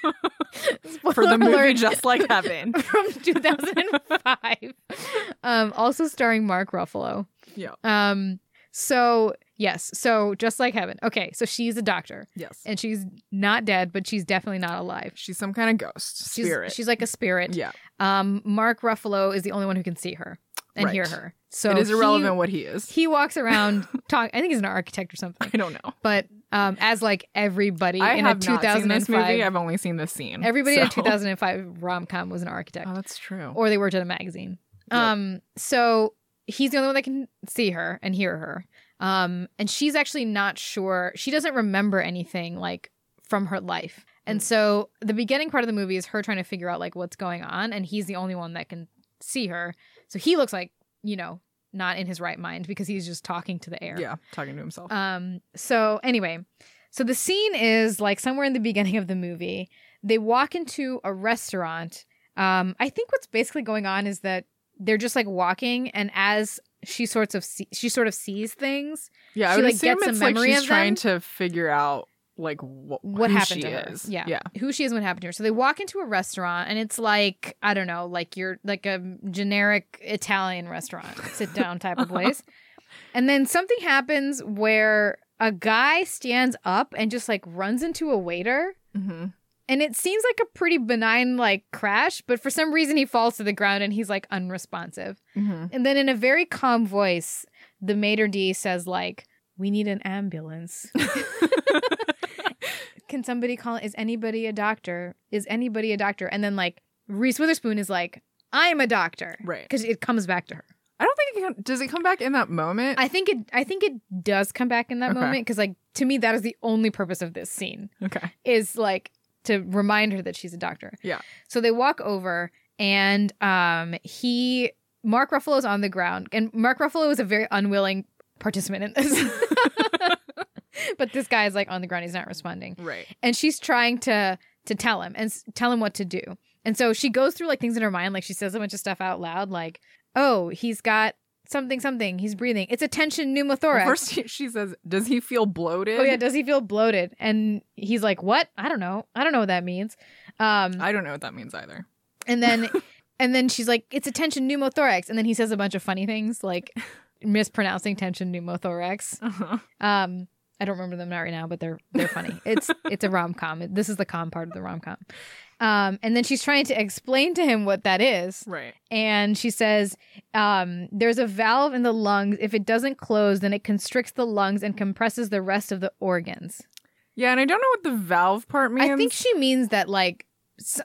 [SPEAKER 2] For
[SPEAKER 1] (laughs) Spoiler
[SPEAKER 2] the movie
[SPEAKER 1] alert.
[SPEAKER 2] Just Like
[SPEAKER 1] (laughs)
[SPEAKER 2] Heaven.
[SPEAKER 1] from 2005
[SPEAKER 2] (laughs)
[SPEAKER 1] um also starring mark ruffalo
[SPEAKER 2] Yeah.
[SPEAKER 1] um so yes so just like heaven okay so she's a doctor
[SPEAKER 2] Yes.
[SPEAKER 1] and she's not dead but she's definitely not alive
[SPEAKER 2] She's some kind of ghost
[SPEAKER 1] she's
[SPEAKER 2] spirit.
[SPEAKER 1] she's like a spirit
[SPEAKER 2] yeah.
[SPEAKER 1] um mark ruffalo is the only one who can see her and hear
[SPEAKER 2] Right.
[SPEAKER 1] her so
[SPEAKER 2] it is irrelevant
[SPEAKER 1] he,
[SPEAKER 2] what he is. (laughs)
[SPEAKER 1] he walks around talk i think he's an architect or something
[SPEAKER 2] I don't know.
[SPEAKER 1] but um as like everybody
[SPEAKER 2] I
[SPEAKER 1] in
[SPEAKER 2] have
[SPEAKER 1] a
[SPEAKER 2] not seen this
[SPEAKER 1] 2005
[SPEAKER 2] movie. I've only seen this scene.
[SPEAKER 1] everybody in a
[SPEAKER 2] (laughs) so-
[SPEAKER 1] 2005 rom-com was an architect
[SPEAKER 2] Oh, that's true.
[SPEAKER 1] or they worked at a magazine.
[SPEAKER 2] Yep.
[SPEAKER 1] Um, so he's the only one that can see her and hear her. Um, and she's actually not sure. She doesn't remember anything like from her life. And
[SPEAKER 2] Mm.
[SPEAKER 1] so the beginning part of the movie is her trying to figure out like what's going on, and he's the only one that can see her. So he looks like you know not in his right mind because he's just talking to the air.
[SPEAKER 2] yeah, talking to himself.
[SPEAKER 1] Um, so anyway, so the scene is like somewhere in the beginning of the movie. They walk into a restaurant Um, I think what's basically going on is that they're just like walking, and as she sorts of see- she sort of sees things.
[SPEAKER 2] Yeah, I
[SPEAKER 1] She,
[SPEAKER 2] would
[SPEAKER 1] like,
[SPEAKER 2] assume
[SPEAKER 1] gets a
[SPEAKER 2] it's like
[SPEAKER 1] memory
[SPEAKER 2] she's
[SPEAKER 1] of
[SPEAKER 2] trying
[SPEAKER 1] them.
[SPEAKER 2] to figure out like wh-
[SPEAKER 1] What
[SPEAKER 2] who
[SPEAKER 1] happened
[SPEAKER 2] she
[SPEAKER 1] to her.
[SPEAKER 2] is.
[SPEAKER 1] Yeah.
[SPEAKER 2] yeah,
[SPEAKER 1] who she is and what happened to her. So they walk into a restaurant and it's like, I don't know, like you're like a generic Italian restaurant, sit down type of place. And then something happens where a guy stands up and just like runs into a waiter.
[SPEAKER 2] hmm
[SPEAKER 1] And it seems like a pretty benign like crash, but for some reason he falls to the ground and he's like unresponsive. (laughs)
[SPEAKER 2] hmm
[SPEAKER 1] And then in a very calm voice, the maitre d says like, "We need an ambulance. (laughs) Can somebody call? Is anybody a doctor? Is anybody a doctor?" And then like Reese Witherspoon is like, "I am a doctor,"
[SPEAKER 2] (laughs) right.
[SPEAKER 1] because it comes back to her.
[SPEAKER 2] I don't think it can, does it come back in that moment.
[SPEAKER 1] I think it. I think it does come back in that
[SPEAKER 2] Okay.
[SPEAKER 1] moment because like to me that is the only purpose of this scene
[SPEAKER 2] (laughs) okay,
[SPEAKER 1] is like to remind her that she's a doctor.
[SPEAKER 2] Yeah.
[SPEAKER 1] So they walk over and um he Mark Ruffalo's on the ground and Mark Ruffalo is a very unwilling participant in this. but this guy is like on the ground he's not responding.
[SPEAKER 2] right.
[SPEAKER 1] And she's trying to to tell him and s- tell him what to do. And so she goes through like things in her mind like she says a bunch of stuff out loud like, "Oh, he's got something something. He's breathing. It's a tension pneumothorax."
[SPEAKER 2] Well, first, (laughs) she, she says, "Does he feel bloated?"
[SPEAKER 1] Oh yeah, does he feel bloated? And he's like, "What? I don't know. I don't know what that means." Um,
[SPEAKER 2] I don't know what that means either.
[SPEAKER 1] and then, and then she's like, "It's a tension pneumothorax," and then he says a bunch of funny things like mispronouncing tension pneumothorax.
[SPEAKER 2] Uh-huh.
[SPEAKER 1] Um, I don't remember them right now, but they're they're funny. It's it's a rom com. This is the com part of the rom com. Um, and then she's trying to explain to him what that is,
[SPEAKER 2] Right.
[SPEAKER 1] and she says um, there's a valve in the lungs. If it doesn't close, then it constricts the lungs and compresses the rest of the organs.
[SPEAKER 2] Yeah, and I don't know what the valve part means.
[SPEAKER 1] I think she means that like s-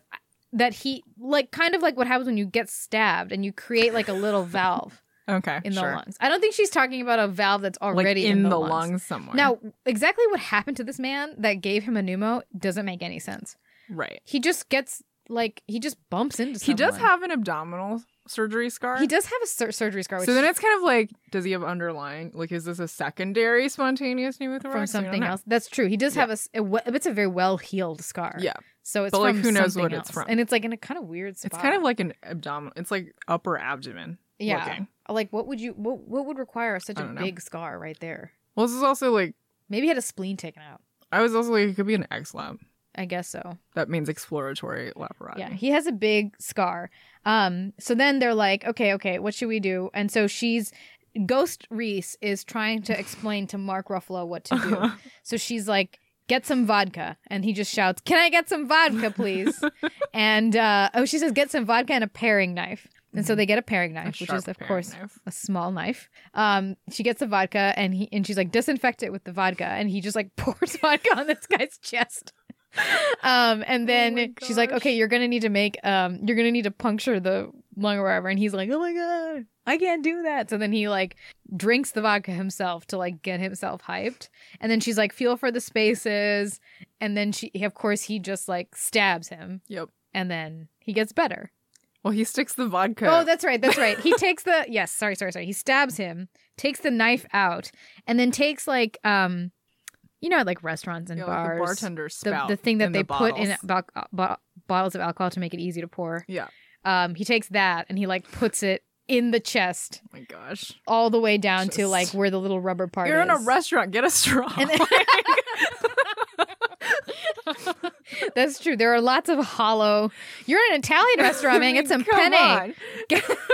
[SPEAKER 1] that he like kind of like what happens when you get stabbed and you create like a
[SPEAKER 2] (laughs)
[SPEAKER 1] little valve
[SPEAKER 2] okay
[SPEAKER 1] in
[SPEAKER 2] sure.
[SPEAKER 1] the lungs. I don't think she's talking about a valve that's
[SPEAKER 2] like
[SPEAKER 1] already
[SPEAKER 2] in, the,
[SPEAKER 1] lungs.
[SPEAKER 2] lungs somewhere.
[SPEAKER 1] Now, exactly what happened to this man that gave him a pneumo doesn't make any sense.
[SPEAKER 2] right.
[SPEAKER 1] He just gets like he just bumps into
[SPEAKER 2] He does
[SPEAKER 1] someone.
[SPEAKER 2] have an abdominal surgery scar.
[SPEAKER 1] he does have a sur- surgery scar which
[SPEAKER 2] So then it's kind of like, does he have underlying? Like, is this a secondary spontaneous pneumothorax?
[SPEAKER 1] from
[SPEAKER 2] We don't
[SPEAKER 1] something
[SPEAKER 2] know.
[SPEAKER 1] else. That's true. He does
[SPEAKER 2] Yeah.
[SPEAKER 1] have a, s- a we- it's a very well healed scar.
[SPEAKER 2] Yeah,
[SPEAKER 1] So it's
[SPEAKER 2] But, like,
[SPEAKER 1] from
[SPEAKER 2] who knows
[SPEAKER 1] something
[SPEAKER 2] what it's
[SPEAKER 1] else.
[SPEAKER 2] from.
[SPEAKER 1] And it's like in a kind of weird spot.
[SPEAKER 2] it's kind of like an abdominal. It's like upper abdomen.
[SPEAKER 1] yeah.
[SPEAKER 2] looking.
[SPEAKER 1] like what would you what what would require such
[SPEAKER 2] I
[SPEAKER 1] a
[SPEAKER 2] don't know.
[SPEAKER 1] big scar right there?
[SPEAKER 2] Well, this is also like
[SPEAKER 1] Maybe he had a spleen taken out.
[SPEAKER 2] I was also like it could be an X lab.
[SPEAKER 1] I guess so.
[SPEAKER 2] That means exploratory laparotomy.
[SPEAKER 1] Yeah, he has a big scar. Um, so then they're like, okay, okay, what should we do? And so she's Ghost Reese is trying to explain to Mark Ruffalo what to
[SPEAKER 2] (laughs)
[SPEAKER 1] do. so she's like, get some vodka, and he just shouts, "Can I get some vodka,
[SPEAKER 2] (laughs)
[SPEAKER 1] please?" and uh, oh, she says, "Get some vodka and a paring knife." And so they get a paring
[SPEAKER 2] Mm-hmm. A
[SPEAKER 1] knife, which
[SPEAKER 2] sharp
[SPEAKER 1] is of
[SPEAKER 2] paring
[SPEAKER 1] course
[SPEAKER 2] knife.
[SPEAKER 1] a small knife. Um, she gets the vodka and he and she's like disinfect it with the vodka, and he just like (laughs) pours vodka on this guy's chest. Um, and
[SPEAKER 2] Oh my
[SPEAKER 1] then she's like,
[SPEAKER 2] gosh.
[SPEAKER 1] okay, you're gonna need to make um, you're gonna need to puncture the lung or wherever, and he's like, oh my god, I can't do that. So then he like drinks the vodka himself to like get himself hyped, and then she's like, feel for the spaces, and then she, of course, he just like stabs him,
[SPEAKER 2] Yep.
[SPEAKER 1] and then he gets better.
[SPEAKER 2] Well, he sticks the vodka.
[SPEAKER 1] Oh, that's right. That's right. He takes the (laughs) yes, sorry, sorry, sorry. He stabs him, takes the knife out, and then takes like um you know at like restaurants and
[SPEAKER 2] yeah, like
[SPEAKER 1] bars
[SPEAKER 2] the bartender
[SPEAKER 1] the,
[SPEAKER 2] spout.
[SPEAKER 1] the thing that
[SPEAKER 2] in
[SPEAKER 1] they
[SPEAKER 2] the
[SPEAKER 1] put in
[SPEAKER 2] bottles.
[SPEAKER 1] bo- bo- bottles of alcohol to make it easy to pour.
[SPEAKER 2] Yeah.
[SPEAKER 1] Um he takes that and he like puts it in the chest
[SPEAKER 2] Oh my gosh.
[SPEAKER 1] all the way down to
[SPEAKER 2] Just-
[SPEAKER 1] like where the little rubber part
[SPEAKER 2] You're in a
[SPEAKER 1] is.
[SPEAKER 2] restaurant. Get a straw.
[SPEAKER 1] And That's true. There are lots of hollow. You're in an Italian (laughs)
[SPEAKER 2] (laughs)
[SPEAKER 1] restaurant, man. Get some
[SPEAKER 2] Come
[SPEAKER 1] penne.
[SPEAKER 2] on.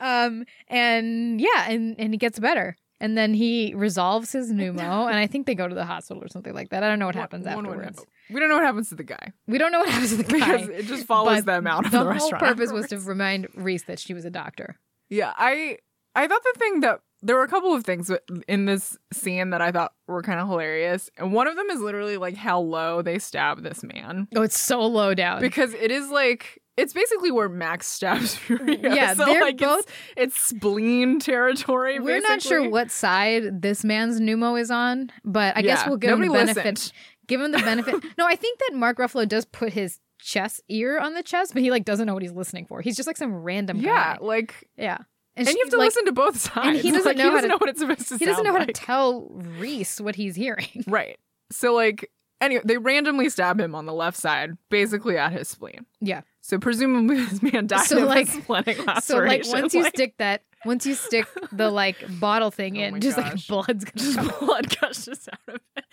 [SPEAKER 1] um and yeah and and he gets better and then he resolves
[SPEAKER 2] (laughs)
[SPEAKER 1] his pneumo and i think they go to the hospital or something like that i don't know what
[SPEAKER 2] One-
[SPEAKER 1] happens
[SPEAKER 2] one would
[SPEAKER 1] afterwards
[SPEAKER 2] happen. We don't know what happens to
[SPEAKER 1] (laughs)
[SPEAKER 2] the guy
[SPEAKER 1] we don't know what happens to the
[SPEAKER 2] (laughs) because
[SPEAKER 1] guy
[SPEAKER 2] it just follows
[SPEAKER 1] but
[SPEAKER 2] them out of the,
[SPEAKER 1] the whole
[SPEAKER 2] restaurant.
[SPEAKER 1] purpose
[SPEAKER 2] (laughs)
[SPEAKER 1] was to
[SPEAKER 2] afterwards.
[SPEAKER 1] remind reese that she was a doctor
[SPEAKER 2] Yeah, I I thought the thing that there were a couple of things in this scene that I thought were kind of hilarious, and one of them is literally like how low they stab this man
[SPEAKER 1] oh it's so low down
[SPEAKER 2] because it is like it's basically where Max (laughs) stabs Fury.
[SPEAKER 1] Yeah, they're
[SPEAKER 2] like it's, it's spleen territory.
[SPEAKER 1] we're not sure
[SPEAKER 2] basically.
[SPEAKER 1] what side this man's pneumo is on but i guess
[SPEAKER 2] Yeah,
[SPEAKER 1] we'll give him the
[SPEAKER 2] nobody
[SPEAKER 1] benefit
[SPEAKER 2] listened.
[SPEAKER 1] give him the benefit
[SPEAKER 2] (laughs)
[SPEAKER 1] no i think that mark ruffalo does put his chest ear on the chest but he like doesn't know what he's listening for he's just like some random
[SPEAKER 2] Yeah,
[SPEAKER 1] guy.
[SPEAKER 2] like
[SPEAKER 1] yeah
[SPEAKER 2] and,
[SPEAKER 1] she-
[SPEAKER 2] you have to
[SPEAKER 1] like,
[SPEAKER 2] listen to both sides.
[SPEAKER 1] he doesn't
[SPEAKER 2] (laughs) Like,
[SPEAKER 1] know how to-
[SPEAKER 2] what it's supposed (laughs) to.
[SPEAKER 1] he doesn't
[SPEAKER 2] sound
[SPEAKER 1] know how to
[SPEAKER 2] like.
[SPEAKER 1] tell reese what he's hearing (laughs)
[SPEAKER 2] right. So like anyway, they randomly stab him on the left side, basically at his spleen.
[SPEAKER 1] Yeah.
[SPEAKER 2] So presumably (laughs) this man died
[SPEAKER 1] So,
[SPEAKER 2] of
[SPEAKER 1] like-
[SPEAKER 2] (laughs) a splenic
[SPEAKER 1] So like
[SPEAKER 2] laceration.
[SPEAKER 1] once you
[SPEAKER 2] like,
[SPEAKER 1] stick that, once you
[SPEAKER 2] (laughs)
[SPEAKER 1] stick the like bottle thing
[SPEAKER 2] Oh my
[SPEAKER 1] in, just
[SPEAKER 2] gosh.
[SPEAKER 1] like blood's gonna come.
[SPEAKER 2] (laughs) just blood gushes out of it.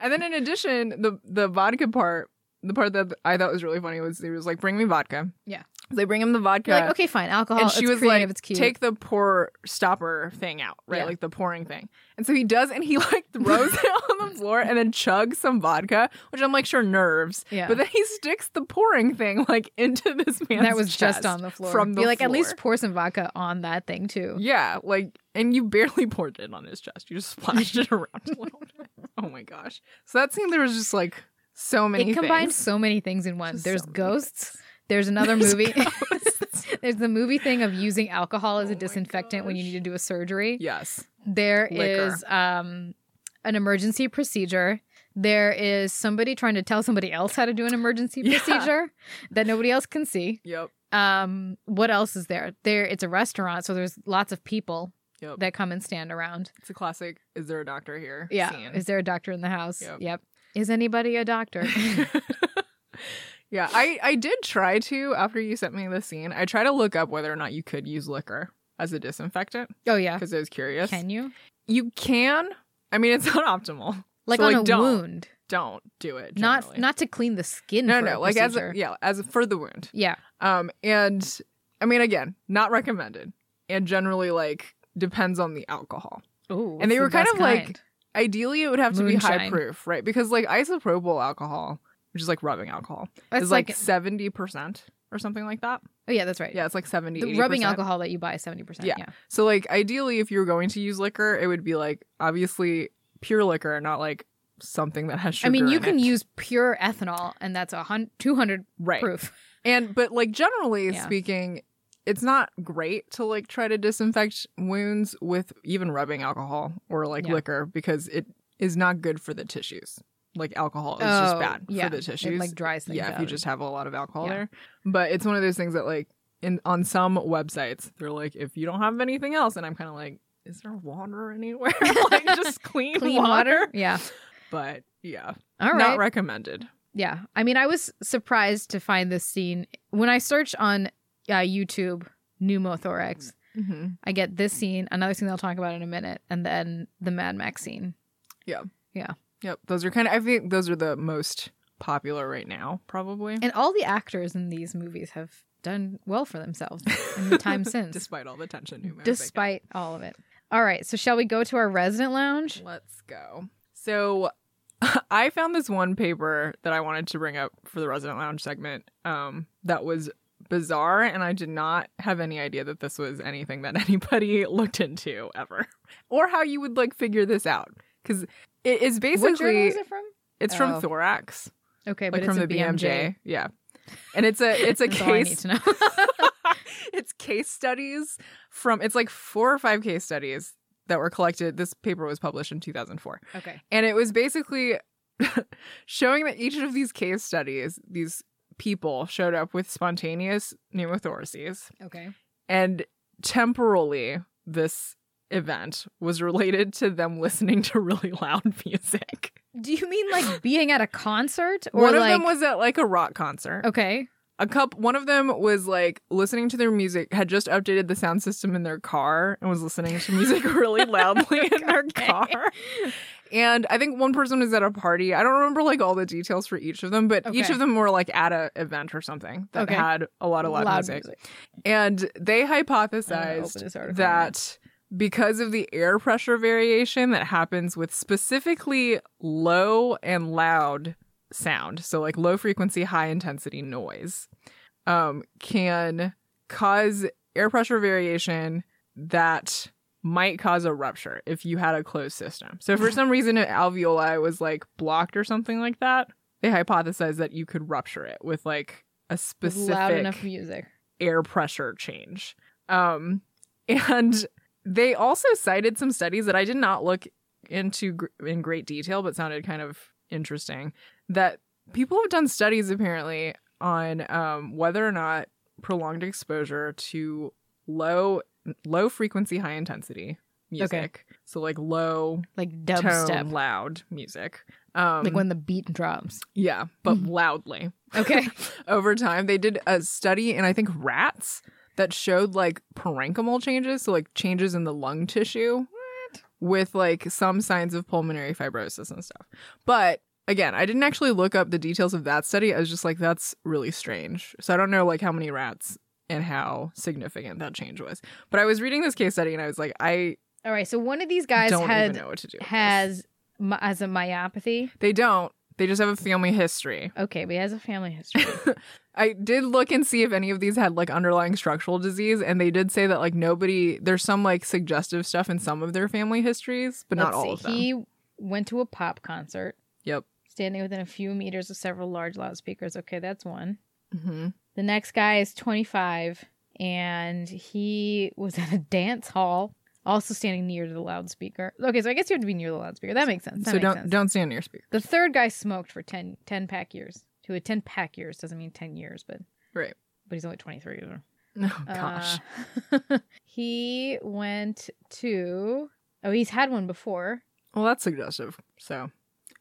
[SPEAKER 2] And then in addition, the the vodka part, the part that I thought was really funny was he was like, "Bring me vodka."
[SPEAKER 1] Yeah.
[SPEAKER 2] They bring him the vodka.
[SPEAKER 1] You're like, okay, fine, alcohol.
[SPEAKER 2] and
[SPEAKER 1] Oh,
[SPEAKER 2] she
[SPEAKER 1] it's
[SPEAKER 2] was
[SPEAKER 1] creative,
[SPEAKER 2] like,
[SPEAKER 1] it's cute.
[SPEAKER 2] "Take the pour stopper thing out, right?
[SPEAKER 1] Yeah.
[SPEAKER 2] Like the pouring thing." And so he does, and he like throws it (laughs) on the floor, and then chugs some vodka, which I'm like, sure, nerves.
[SPEAKER 1] Yeah.
[SPEAKER 2] But then he sticks the pouring thing like into this man's
[SPEAKER 1] that was just
[SPEAKER 2] chest
[SPEAKER 1] on the floor.
[SPEAKER 2] from the
[SPEAKER 1] Be like, at
[SPEAKER 2] floor.
[SPEAKER 1] least pour some vodka on that thing too.
[SPEAKER 2] Yeah, like, and you barely (laughs) poured it on his chest. You just splashed it around a little bit. Oh my gosh. So that scene, there was just like so many
[SPEAKER 1] It combines
[SPEAKER 2] things.
[SPEAKER 1] so many things in one.
[SPEAKER 2] Just
[SPEAKER 1] There's
[SPEAKER 2] so many
[SPEAKER 1] ghosts. There's
[SPEAKER 2] (laughs)
[SPEAKER 1] another
[SPEAKER 2] There's
[SPEAKER 1] movie. (laughs)
[SPEAKER 2] ghosts.
[SPEAKER 1] There's the movie thing of using alcohol as
[SPEAKER 2] Oh
[SPEAKER 1] a
[SPEAKER 2] my
[SPEAKER 1] disinfectant when you
[SPEAKER 2] gosh.
[SPEAKER 1] need to do a surgery.
[SPEAKER 2] yes.
[SPEAKER 1] There is
[SPEAKER 2] Liquor.
[SPEAKER 1] um, an emergency procedure. There is somebody trying to tell somebody else how to do an emergency
[SPEAKER 2] (laughs) Yeah.
[SPEAKER 1] procedure that nobody else can see.
[SPEAKER 2] Yep.
[SPEAKER 1] Um, what else is there? There, it's a restaurant, so there's lots of people
[SPEAKER 2] Yep.
[SPEAKER 1] that come and stand around.
[SPEAKER 2] It's a classic. Is there a doctor here?
[SPEAKER 1] Yeah,
[SPEAKER 2] scene.
[SPEAKER 1] is there a doctor in the house?
[SPEAKER 2] Yep.
[SPEAKER 1] yep. Is anybody a
[SPEAKER 2] (laughs)
[SPEAKER 1] doctor?
[SPEAKER 2] yeah. I, I did try to, after you sent me the scene, I tried to look up whether or not you could use liquor as a disinfectant
[SPEAKER 1] oh yeah,
[SPEAKER 2] because I was curious.
[SPEAKER 1] can you?
[SPEAKER 2] you can. I mean, it's (laughs) not optimal.
[SPEAKER 1] Like
[SPEAKER 2] So,
[SPEAKER 1] on
[SPEAKER 2] like,
[SPEAKER 1] a
[SPEAKER 2] don't.
[SPEAKER 1] wound,
[SPEAKER 2] Don't do it.
[SPEAKER 1] not
[SPEAKER 2] generally.
[SPEAKER 1] not to clean the skin.
[SPEAKER 2] No,
[SPEAKER 1] for a
[SPEAKER 2] no. Like, as a,
[SPEAKER 1] procedure.
[SPEAKER 2] yeah, as a, for the wound.
[SPEAKER 1] yeah.
[SPEAKER 2] Um, and I mean, again, not recommended, and generally like depends on the alcohol.
[SPEAKER 1] Ooh,
[SPEAKER 2] And they
[SPEAKER 1] what's
[SPEAKER 2] were
[SPEAKER 1] the
[SPEAKER 2] kind
[SPEAKER 1] best
[SPEAKER 2] of like-
[SPEAKER 1] kind?
[SPEAKER 2] Ideally, it would have to be high
[SPEAKER 1] Moonshine.
[SPEAKER 2] proof, right? Because like isopropyl alcohol, which is like rubbing alcohol,
[SPEAKER 1] That's
[SPEAKER 2] is like seventy percent or something like that.
[SPEAKER 1] oh yeah, that's right.
[SPEAKER 2] Yeah, it's like 70
[SPEAKER 1] the
[SPEAKER 2] 80%.
[SPEAKER 1] rubbing alcohol that you buy seventy percent.
[SPEAKER 2] Yeah.
[SPEAKER 1] Yeah,
[SPEAKER 2] So like ideally, if you were going to use liquor, it would be like obviously pure liquor, not like something that has sugar.
[SPEAKER 1] I mean you
[SPEAKER 2] in
[SPEAKER 1] can
[SPEAKER 2] it.
[SPEAKER 1] use pure ethanol, and that's a hun- two hundred
[SPEAKER 2] right.
[SPEAKER 1] proof.
[SPEAKER 2] And but like generally
[SPEAKER 1] Yeah.
[SPEAKER 2] speaking, it's not great to like try to disinfect wounds with even rubbing alcohol or like
[SPEAKER 1] Yeah.
[SPEAKER 2] liquor because it is not good for the tissues. Like alcohol is just
[SPEAKER 1] Oh,
[SPEAKER 2] bad
[SPEAKER 1] yeah.
[SPEAKER 2] for the
[SPEAKER 1] It,
[SPEAKER 2] tissues.
[SPEAKER 1] like dries things
[SPEAKER 2] yeah, if
[SPEAKER 1] out.
[SPEAKER 2] you just have a lot of alcohol
[SPEAKER 1] Yeah.
[SPEAKER 2] there. But it's one of those things that like in on some websites they're like if you don't have anything else and I'm kind of like is there water anywhere? (laughs) like
[SPEAKER 1] (laughs)
[SPEAKER 2] just clean,
[SPEAKER 1] clean water. Yeah.
[SPEAKER 2] But yeah,
[SPEAKER 1] All right.
[SPEAKER 2] not recommended.
[SPEAKER 1] Yeah. I mean, I was surprised to find this scene when I search on uh, YouTube pneumothorax.
[SPEAKER 2] Mm-hmm.
[SPEAKER 1] I get this scene, another scene I'll talk about in a minute, and then the Mad Max scene.
[SPEAKER 2] Yep, those are kind of. I think those are the most popular right now,
[SPEAKER 1] (laughs)
[SPEAKER 2] probably.
[SPEAKER 1] And all the actors in these movies have done well for themselves in the
[SPEAKER 2] (laughs)
[SPEAKER 1] time since,
[SPEAKER 2] despite all the tension, Numa was like,
[SPEAKER 1] despite all of it. All right. So shall we go to our resident lounge?
[SPEAKER 2] let's go. So, (laughs) I found this one paper that I wanted to bring up for the resident lounge segment. Um, that was bizarre, and I did not have any idea that this was anything that (laughs) anybody looked into ever, or how you would like figure this out because it is
[SPEAKER 1] what journal
[SPEAKER 2] basically
[SPEAKER 1] is it from?
[SPEAKER 2] it's from
[SPEAKER 1] Oh.
[SPEAKER 2] Thorax,
[SPEAKER 1] Okay,
[SPEAKER 2] like
[SPEAKER 1] but
[SPEAKER 2] from
[SPEAKER 1] it's
[SPEAKER 2] the
[SPEAKER 1] a BMJ.
[SPEAKER 2] BMJ, yeah. And it's a it's a
[SPEAKER 1] That's
[SPEAKER 2] case (laughs)
[SPEAKER 1] all I need to know.
[SPEAKER 2] it's case studies from it's like four or five case studies that were collected. This paper was published in 2004.
[SPEAKER 1] okay.
[SPEAKER 2] And it was basically (laughs) showing that each of these case studies, these people showed up with spontaneous pneumothoraces
[SPEAKER 1] Okay.
[SPEAKER 2] and temporally this event was related to them (laughs) listening to really loud (laughs) music.
[SPEAKER 1] Do you mean (laughs) like being at a concert or
[SPEAKER 2] One of
[SPEAKER 1] like
[SPEAKER 2] them was at like a rock concert.
[SPEAKER 1] okay?
[SPEAKER 2] a couple one of them was like listening to their music had just updated the sound system in their car and was listening
[SPEAKER 1] (laughs)
[SPEAKER 2] to music really loudly in their
[SPEAKER 1] Okay.
[SPEAKER 2] car and i think one person was at a party i don't remember like all the details for each of them but each
[SPEAKER 1] Okay.
[SPEAKER 2] of them were like at a event or something that
[SPEAKER 1] Okay.
[SPEAKER 2] had a lot of loud, music. and they hypothesized that because of the air pressure variation that happens with specifically low and loud sound, so like low frequency, high intensity noise, um, can cause air pressure variation that might cause a rupture if you had a closed system. So, if for
[SPEAKER 1] (laughs)
[SPEAKER 2] some reason, an alveoli was like blocked or something like that. They hypothesized that you could rupture it with like a specific
[SPEAKER 1] loud enough music.
[SPEAKER 2] air pressure change. Um, (laughs) and they also cited some studies that I did not look into gr- in great detail, but sounded kind of interesting. That people have done studies apparently on um, whether or not prolonged exposure to low low frequency, high intensity music. So like low
[SPEAKER 1] like
[SPEAKER 2] tone,
[SPEAKER 1] dubstep,
[SPEAKER 2] loud music. Um,
[SPEAKER 1] like when the beat drops.
[SPEAKER 2] yeah, but
[SPEAKER 1] Mm.
[SPEAKER 2] loudly.
[SPEAKER 1] (laughs) Okay,
[SPEAKER 2] Over time, they did a study, and I think rats that showed like parenchymal changes, so like changes in the lung tissue, with like some signs of pulmonary fibrosis and stuff. But again, I didn't actually look up the details of that study. I was just like, that's really strange. So I don't know like how many rats and how significant that change was. But I was reading this case study, and I was like, I
[SPEAKER 1] all right. So one of these guys
[SPEAKER 2] don't
[SPEAKER 1] had
[SPEAKER 2] even know what to do. with this.
[SPEAKER 1] has my, has a myopathy.
[SPEAKER 2] they don't? They just have a family history.
[SPEAKER 1] Okay, but he has a family history.
[SPEAKER 2] I did look and see if any of these had like underlying structural disease, and they did say that like nobody. There's some like suggestive stuff in some of their family histories, (laughs) but not
[SPEAKER 1] Let's
[SPEAKER 2] all
[SPEAKER 1] see.
[SPEAKER 2] of them.
[SPEAKER 1] He went to a pop concert,
[SPEAKER 2] Yep.
[SPEAKER 1] standing within a few meters of several large loudspeakers. Okay, that's one.
[SPEAKER 2] hmm
[SPEAKER 1] The next guy is 25, and he was (laughs) at a dance hall, also standing near the loudspeaker. Okay, so I guess you have to be near the loudspeaker. That makes sense. That
[SPEAKER 2] So
[SPEAKER 1] makes
[SPEAKER 2] don't
[SPEAKER 1] sense.
[SPEAKER 2] don't stand near speaker.
[SPEAKER 1] The third guy smoked for 10, 10 pack years. To a 10 pack years doesn't mean 10 years, but
[SPEAKER 2] Right.
[SPEAKER 1] but he's only 23. or-
[SPEAKER 2] (laughs) Oh gosh.
[SPEAKER 1] Uh, (laughs) he went to. Oh, he's had one before.
[SPEAKER 2] well, that's suggestive. So,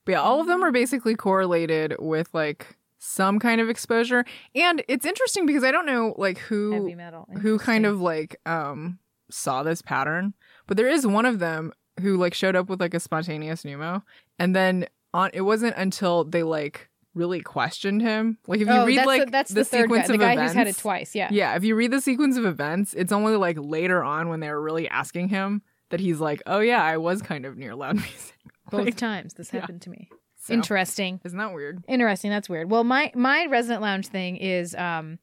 [SPEAKER 2] but yeah, all of them are basically correlated with like some kind of exposure, and it's interesting because I don't know like who
[SPEAKER 1] Heavy metal.
[SPEAKER 2] who
[SPEAKER 1] Interesting.
[SPEAKER 2] kind of like um saw this pattern but there is one of them who like showed up with like a spontaneous pneumo and then on it wasn't until they like really questioned him like if you
[SPEAKER 1] oh,
[SPEAKER 2] read
[SPEAKER 1] that's
[SPEAKER 2] like
[SPEAKER 1] the, that's
[SPEAKER 2] the,
[SPEAKER 1] third
[SPEAKER 2] sequence
[SPEAKER 1] guy,
[SPEAKER 2] of
[SPEAKER 1] the guy
[SPEAKER 2] events
[SPEAKER 1] who's had it twice. Yeah.
[SPEAKER 2] yeah if you read the sequence of events it's only like later on when they were really asking him that he's like oh yeah i was kind of near loud (laughs) music
[SPEAKER 1] both
[SPEAKER 2] Like,
[SPEAKER 1] times this
[SPEAKER 2] yeah.
[SPEAKER 1] happened to me.
[SPEAKER 2] so,
[SPEAKER 1] Interesting.
[SPEAKER 2] isn't that weird
[SPEAKER 1] (laughs)
[SPEAKER 2] (laughs)
[SPEAKER 1] Interesting. That's weird. Well, my my resident lounge thing is um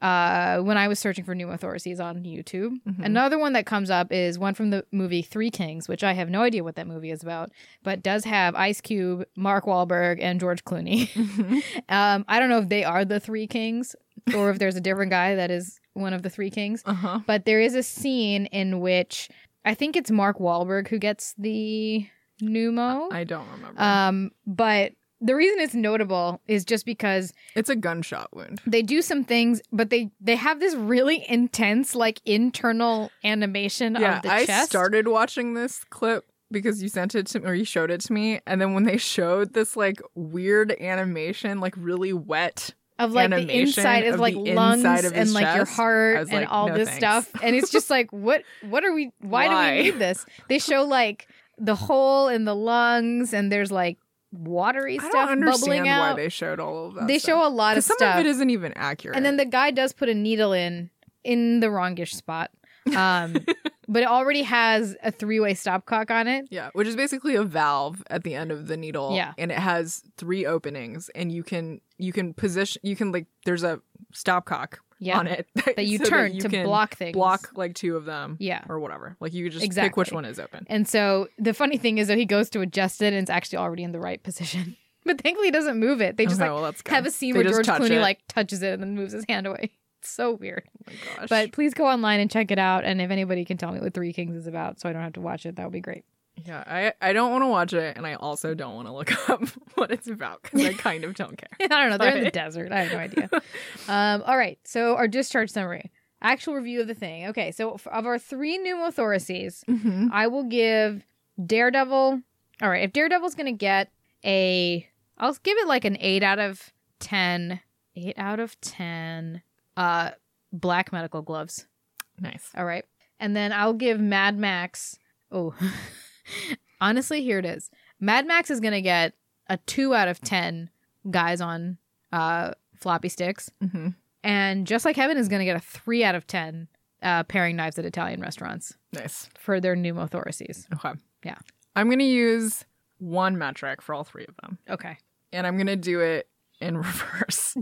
[SPEAKER 1] uh when I was searching for new authorities on YouTube.
[SPEAKER 2] Mhm.
[SPEAKER 1] Another one that comes up is one from the movie Three Kings, which I have no idea what that movie is about, but does have Ice Cube, Mark Wahlberg, and George Clooney.
[SPEAKER 2] Uh-huh.
[SPEAKER 1] um, I don't know if they are the Three Kings or if there's a different guy that is one of the Three Kings.
[SPEAKER 2] uh-huh
[SPEAKER 1] But there is a scene in which I think it's Mark Wahlberg who gets the pneumo.
[SPEAKER 2] i don't remember
[SPEAKER 1] Um, but the reason it's notable is just because
[SPEAKER 2] it's a gunshot wound
[SPEAKER 1] they do some things, but they they have this really intense like internal animation
[SPEAKER 2] yeah,
[SPEAKER 1] of the
[SPEAKER 2] I
[SPEAKER 1] chest.
[SPEAKER 2] started watching this clip because you sent it to me or you showed it to me, and then when they showed this like weird animation, like really wet,
[SPEAKER 1] of like the
[SPEAKER 2] animation
[SPEAKER 1] inside of
[SPEAKER 2] of
[SPEAKER 1] like
[SPEAKER 2] the
[SPEAKER 1] lungs
[SPEAKER 2] inside of
[SPEAKER 1] and
[SPEAKER 2] his
[SPEAKER 1] like your
[SPEAKER 2] chest.
[SPEAKER 1] heart
[SPEAKER 2] I was
[SPEAKER 1] and
[SPEAKER 2] like,
[SPEAKER 1] all
[SPEAKER 2] "No,
[SPEAKER 1] this
[SPEAKER 2] thanks."
[SPEAKER 1] stuff and it's just like what what are we why,
[SPEAKER 2] Why?
[SPEAKER 1] do we need this they show like the hole in the lungs and there's like watery
[SPEAKER 2] I
[SPEAKER 1] stuff
[SPEAKER 2] don't understand
[SPEAKER 1] bubbling
[SPEAKER 2] why
[SPEAKER 1] out
[SPEAKER 2] they showed all of that.
[SPEAKER 1] They show a lot of
[SPEAKER 2] some
[SPEAKER 1] stuff
[SPEAKER 2] of it isn't even accurate.
[SPEAKER 1] and then the guy does put a needle in in the wrongish spot
[SPEAKER 2] (laughs)
[SPEAKER 1] um but it already has a three-way stopcock on it
[SPEAKER 2] yeah, which is basically a valve at the end of the needle.
[SPEAKER 1] Yeah.
[SPEAKER 2] and it has three openings, and you can you can position you can like there's a stopcock
[SPEAKER 1] yeah
[SPEAKER 2] on it (laughs)
[SPEAKER 1] that you
[SPEAKER 2] so
[SPEAKER 1] turn
[SPEAKER 2] you
[SPEAKER 1] to
[SPEAKER 2] can
[SPEAKER 1] block things
[SPEAKER 2] block like two of them
[SPEAKER 1] yeah
[SPEAKER 2] or whatever. Like you could just pick which
[SPEAKER 1] Exactly.
[SPEAKER 2] one is open.
[SPEAKER 1] And so the funny thing is that he goes to adjust it and it's actually already in the right position. (laughs) But thankfully he doesn't move it. They just
[SPEAKER 2] Okay,
[SPEAKER 1] like
[SPEAKER 2] well, that's good.
[SPEAKER 1] have a scene
[SPEAKER 2] They
[SPEAKER 1] where
[SPEAKER 2] just
[SPEAKER 1] George
[SPEAKER 2] touch
[SPEAKER 1] Clooney
[SPEAKER 2] it.
[SPEAKER 1] like touches it and then moves his hand away. (laughs) It's so weird.
[SPEAKER 2] Oh my gosh.
[SPEAKER 1] But please go online and check it out. And if anybody can tell me what Three Kings is about so I don't have to watch it, that would be great.
[SPEAKER 2] Yeah, I, I don't want to watch it, and I also don't want to look (laughs) up what it's about because
[SPEAKER 1] (laughs)
[SPEAKER 2] I kind of don't care.
[SPEAKER 1] I don't know. They're in the
[SPEAKER 2] Sorry.
[SPEAKER 1] desert. I have no idea. um, all right. So our discharge summary. Actual review of the thing. Okay. So f- of our three pneumothoraces,
[SPEAKER 2] Mm-hmm.
[SPEAKER 1] I will give Daredevil. All right, if Daredevil's gonna get a, I'll give it like an eight out of ten. Eight out of ten. Uh, black medical gloves.
[SPEAKER 2] Nice.
[SPEAKER 1] All right, and then I'll give Mad Max. Oh, (laughs) honestly, here it is. Mad Max is gonna get a two out of ten. Guys on uh floppy sticks,
[SPEAKER 2] Mm-hmm.
[SPEAKER 1] and just like Heaven is gonna get a three out of ten. Uh, pairing knives at Italian restaurants
[SPEAKER 2] Nice.
[SPEAKER 1] for their pneumothoraces.
[SPEAKER 2] Okay.
[SPEAKER 1] Yeah.
[SPEAKER 2] I'm going to use one metric for all three of them,
[SPEAKER 1] Okay.
[SPEAKER 2] and I'm going to do it
[SPEAKER 1] (laughs)
[SPEAKER 2] in (laughs) reverse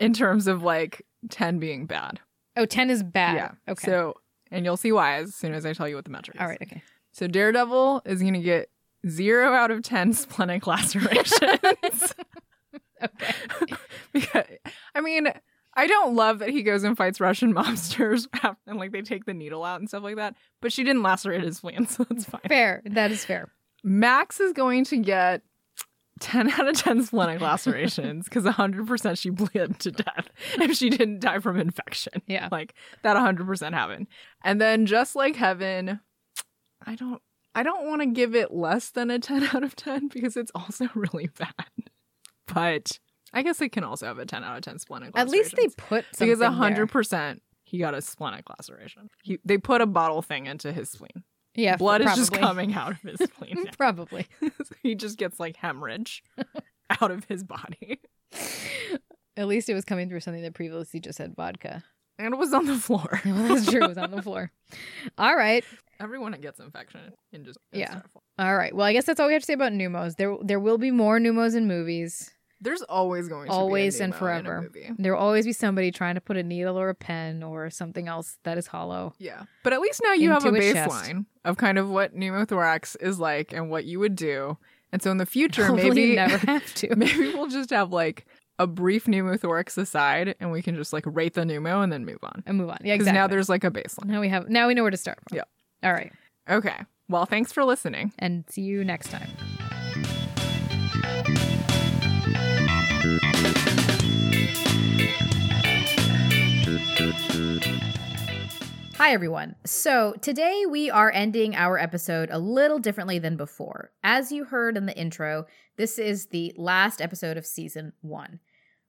[SPEAKER 2] in terms of like 10 being bad.
[SPEAKER 1] Oh, 10 is bad.
[SPEAKER 2] Yeah.
[SPEAKER 1] Okay.
[SPEAKER 2] So, and you'll see why as soon as I tell you what the metric is.
[SPEAKER 1] All right. Okay.
[SPEAKER 2] So, Daredevil is going to get zero out of 10 splenic lacerations. (laughs)
[SPEAKER 1] Okay.
[SPEAKER 2] Because, I mean, I don't love that he goes and fights Russian mobsters (laughs) after- and like they take the needle out and stuff like that. But she didn't lacerate his spleen, (laughs) so that's fine.
[SPEAKER 1] Fair. That is fair.
[SPEAKER 2] Max is going to get ten out of ten splenic lacerations because hundred percent she bled to death if she didn't die from infection. (laughs)
[SPEAKER 1] Yeah.
[SPEAKER 2] Like that hundred percent happened. And then just like heaven, I don't I don't want to give it less than a (laughs) 10 out of 10 because it's also (laughs) really bad. But I guess it can also have a 10 out of 10 splenic
[SPEAKER 1] At least they put something
[SPEAKER 2] because
[SPEAKER 1] there.
[SPEAKER 2] a hundred percent he got a splenic laceration. He they put a bottle thing into his spleen.
[SPEAKER 1] Yeah,
[SPEAKER 2] Blood is just
[SPEAKER 1] probably.
[SPEAKER 2] coming out of
[SPEAKER 1] (laughs)
[SPEAKER 2] his spleen. now.
[SPEAKER 1] probably.
[SPEAKER 2] So (laughs) he just gets
[SPEAKER 1] (laughs)
[SPEAKER 2] like hemorrhage out of his body,
[SPEAKER 1] At least it was coming through something that previously just said vodka.
[SPEAKER 2] and it was on the floor.
[SPEAKER 1] (laughs) Well,
[SPEAKER 2] (laughs)
[SPEAKER 1] that's true. It was on the floor. All right.
[SPEAKER 2] Everyone that gets infection and just it's
[SPEAKER 1] Yeah.
[SPEAKER 2] terrible.
[SPEAKER 1] All right. Well, I guess that's all we have to say about pneumos. There there will be more pneumos in movies.
[SPEAKER 2] There's always going to
[SPEAKER 1] Always
[SPEAKER 2] be a
[SPEAKER 1] and
[SPEAKER 2] pneumo
[SPEAKER 1] forever.
[SPEAKER 2] In a movie.
[SPEAKER 1] There will always be somebody trying to put a needle or a pen or something else that is hollow.
[SPEAKER 2] Yeah, but at least now you have a
[SPEAKER 1] Into his chest.
[SPEAKER 2] baseline of kind of what pneumothorax is like and what you would do, and so in the
[SPEAKER 1] (laughs)
[SPEAKER 2] future
[SPEAKER 1] Hopefully
[SPEAKER 2] maybe
[SPEAKER 1] you never have to.
[SPEAKER 2] (laughs) Maybe we'll just have like a brief pneumothorax aside and we can just like rate the pneumo and then move on.
[SPEAKER 1] and move on.
[SPEAKER 2] (laughs)
[SPEAKER 1] Yeah,
[SPEAKER 2] Because
[SPEAKER 1] exactly.
[SPEAKER 2] now there's like a baseline.
[SPEAKER 1] now we have now we know where to start from.
[SPEAKER 2] Yeah.
[SPEAKER 1] All right.
[SPEAKER 2] Okay. Well, thanks for listening.
[SPEAKER 1] And see you next time. Hi, everyone. So, today we are ending our episode a little differently than before. As you heard in the intro, this is the last episode of season one.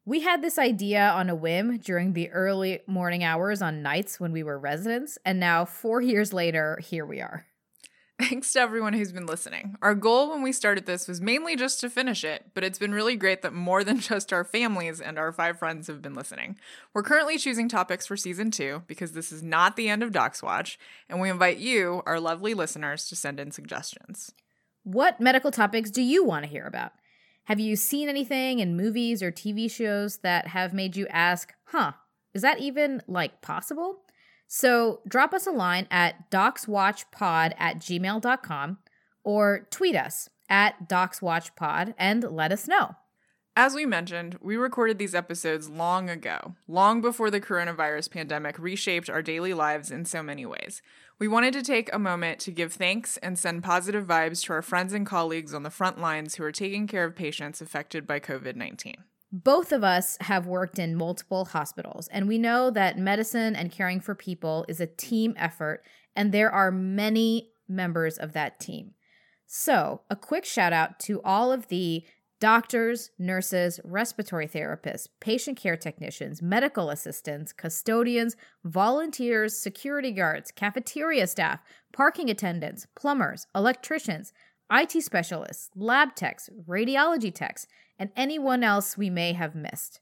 [SPEAKER 1] We had this idea on a whim during the early morning hours on nights when we were residents, and now, four years later, here we are.
[SPEAKER 2] (laughs) Thanks to everyone who's been listening. Our goal when we started this was mainly just to finish it, but it's been really great that more than (laughs) just our families and our five friends have been listening. We're currently choosing topics for season two because this is not the end of Docs Watch, and we invite you, our lovely listeners, to send in suggestions.
[SPEAKER 1] What medical topics do you want to hear about? Have you seen anything in movies or TV shows that have made you ask, huh, is that even like possible? So drop us a line at docswatchpod at gmail.com or tweet us at docswatchpod and let us know.
[SPEAKER 2] As we mentioned, we recorded these episodes long ago, long before the coronavirus pandemic reshaped our daily lives in so many ways. We wanted to take a moment to give thanks and send positive vibes to our friends and colleagues on the front lines who are taking care of patients affected by COVID 19.
[SPEAKER 1] Both of us have worked in multiple hospitals, and we know that medicine and caring for people is a team effort, and there are many members of that team. So, a quick shout out to all of the doctors, nurses, respiratory therapists, patient care technicians, medical assistants, custodians, volunteers, security guards, cafeteria staff, parking attendants, plumbers, electricians, IT specialists, lab techs, radiology techs and anyone else we may have missed.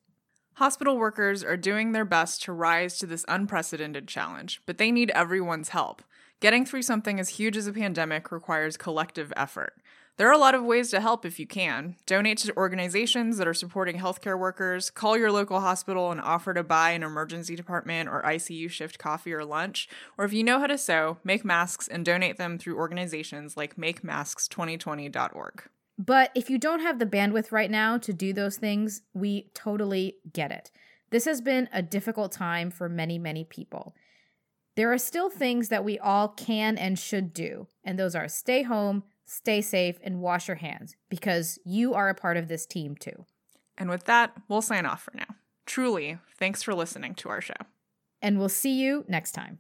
[SPEAKER 2] Hospital workers are doing their best to rise to this unprecedented challenge, but they need everyone's help. Getting through something as huge as a pandemic requires collective effort. There are a lot of ways to help if you can. Donate to organizations that are supporting healthcare workers, call your local hospital and offer to buy an emergency department or ICU shift coffee or lunch, or if you know how to sew, make masks and donate them through organizations like makemasks2020.org.
[SPEAKER 1] But if you don't have the bandwidth right now to do those things, we totally get it. This has been a difficult time for many, many people. There are still things that we all can and should do, and those are stay home, stay safe, and wash your hands because you are a part of this team too.
[SPEAKER 2] And with that, we'll sign off for now. Truly, thanks for listening to our show.
[SPEAKER 1] And we'll see you next time.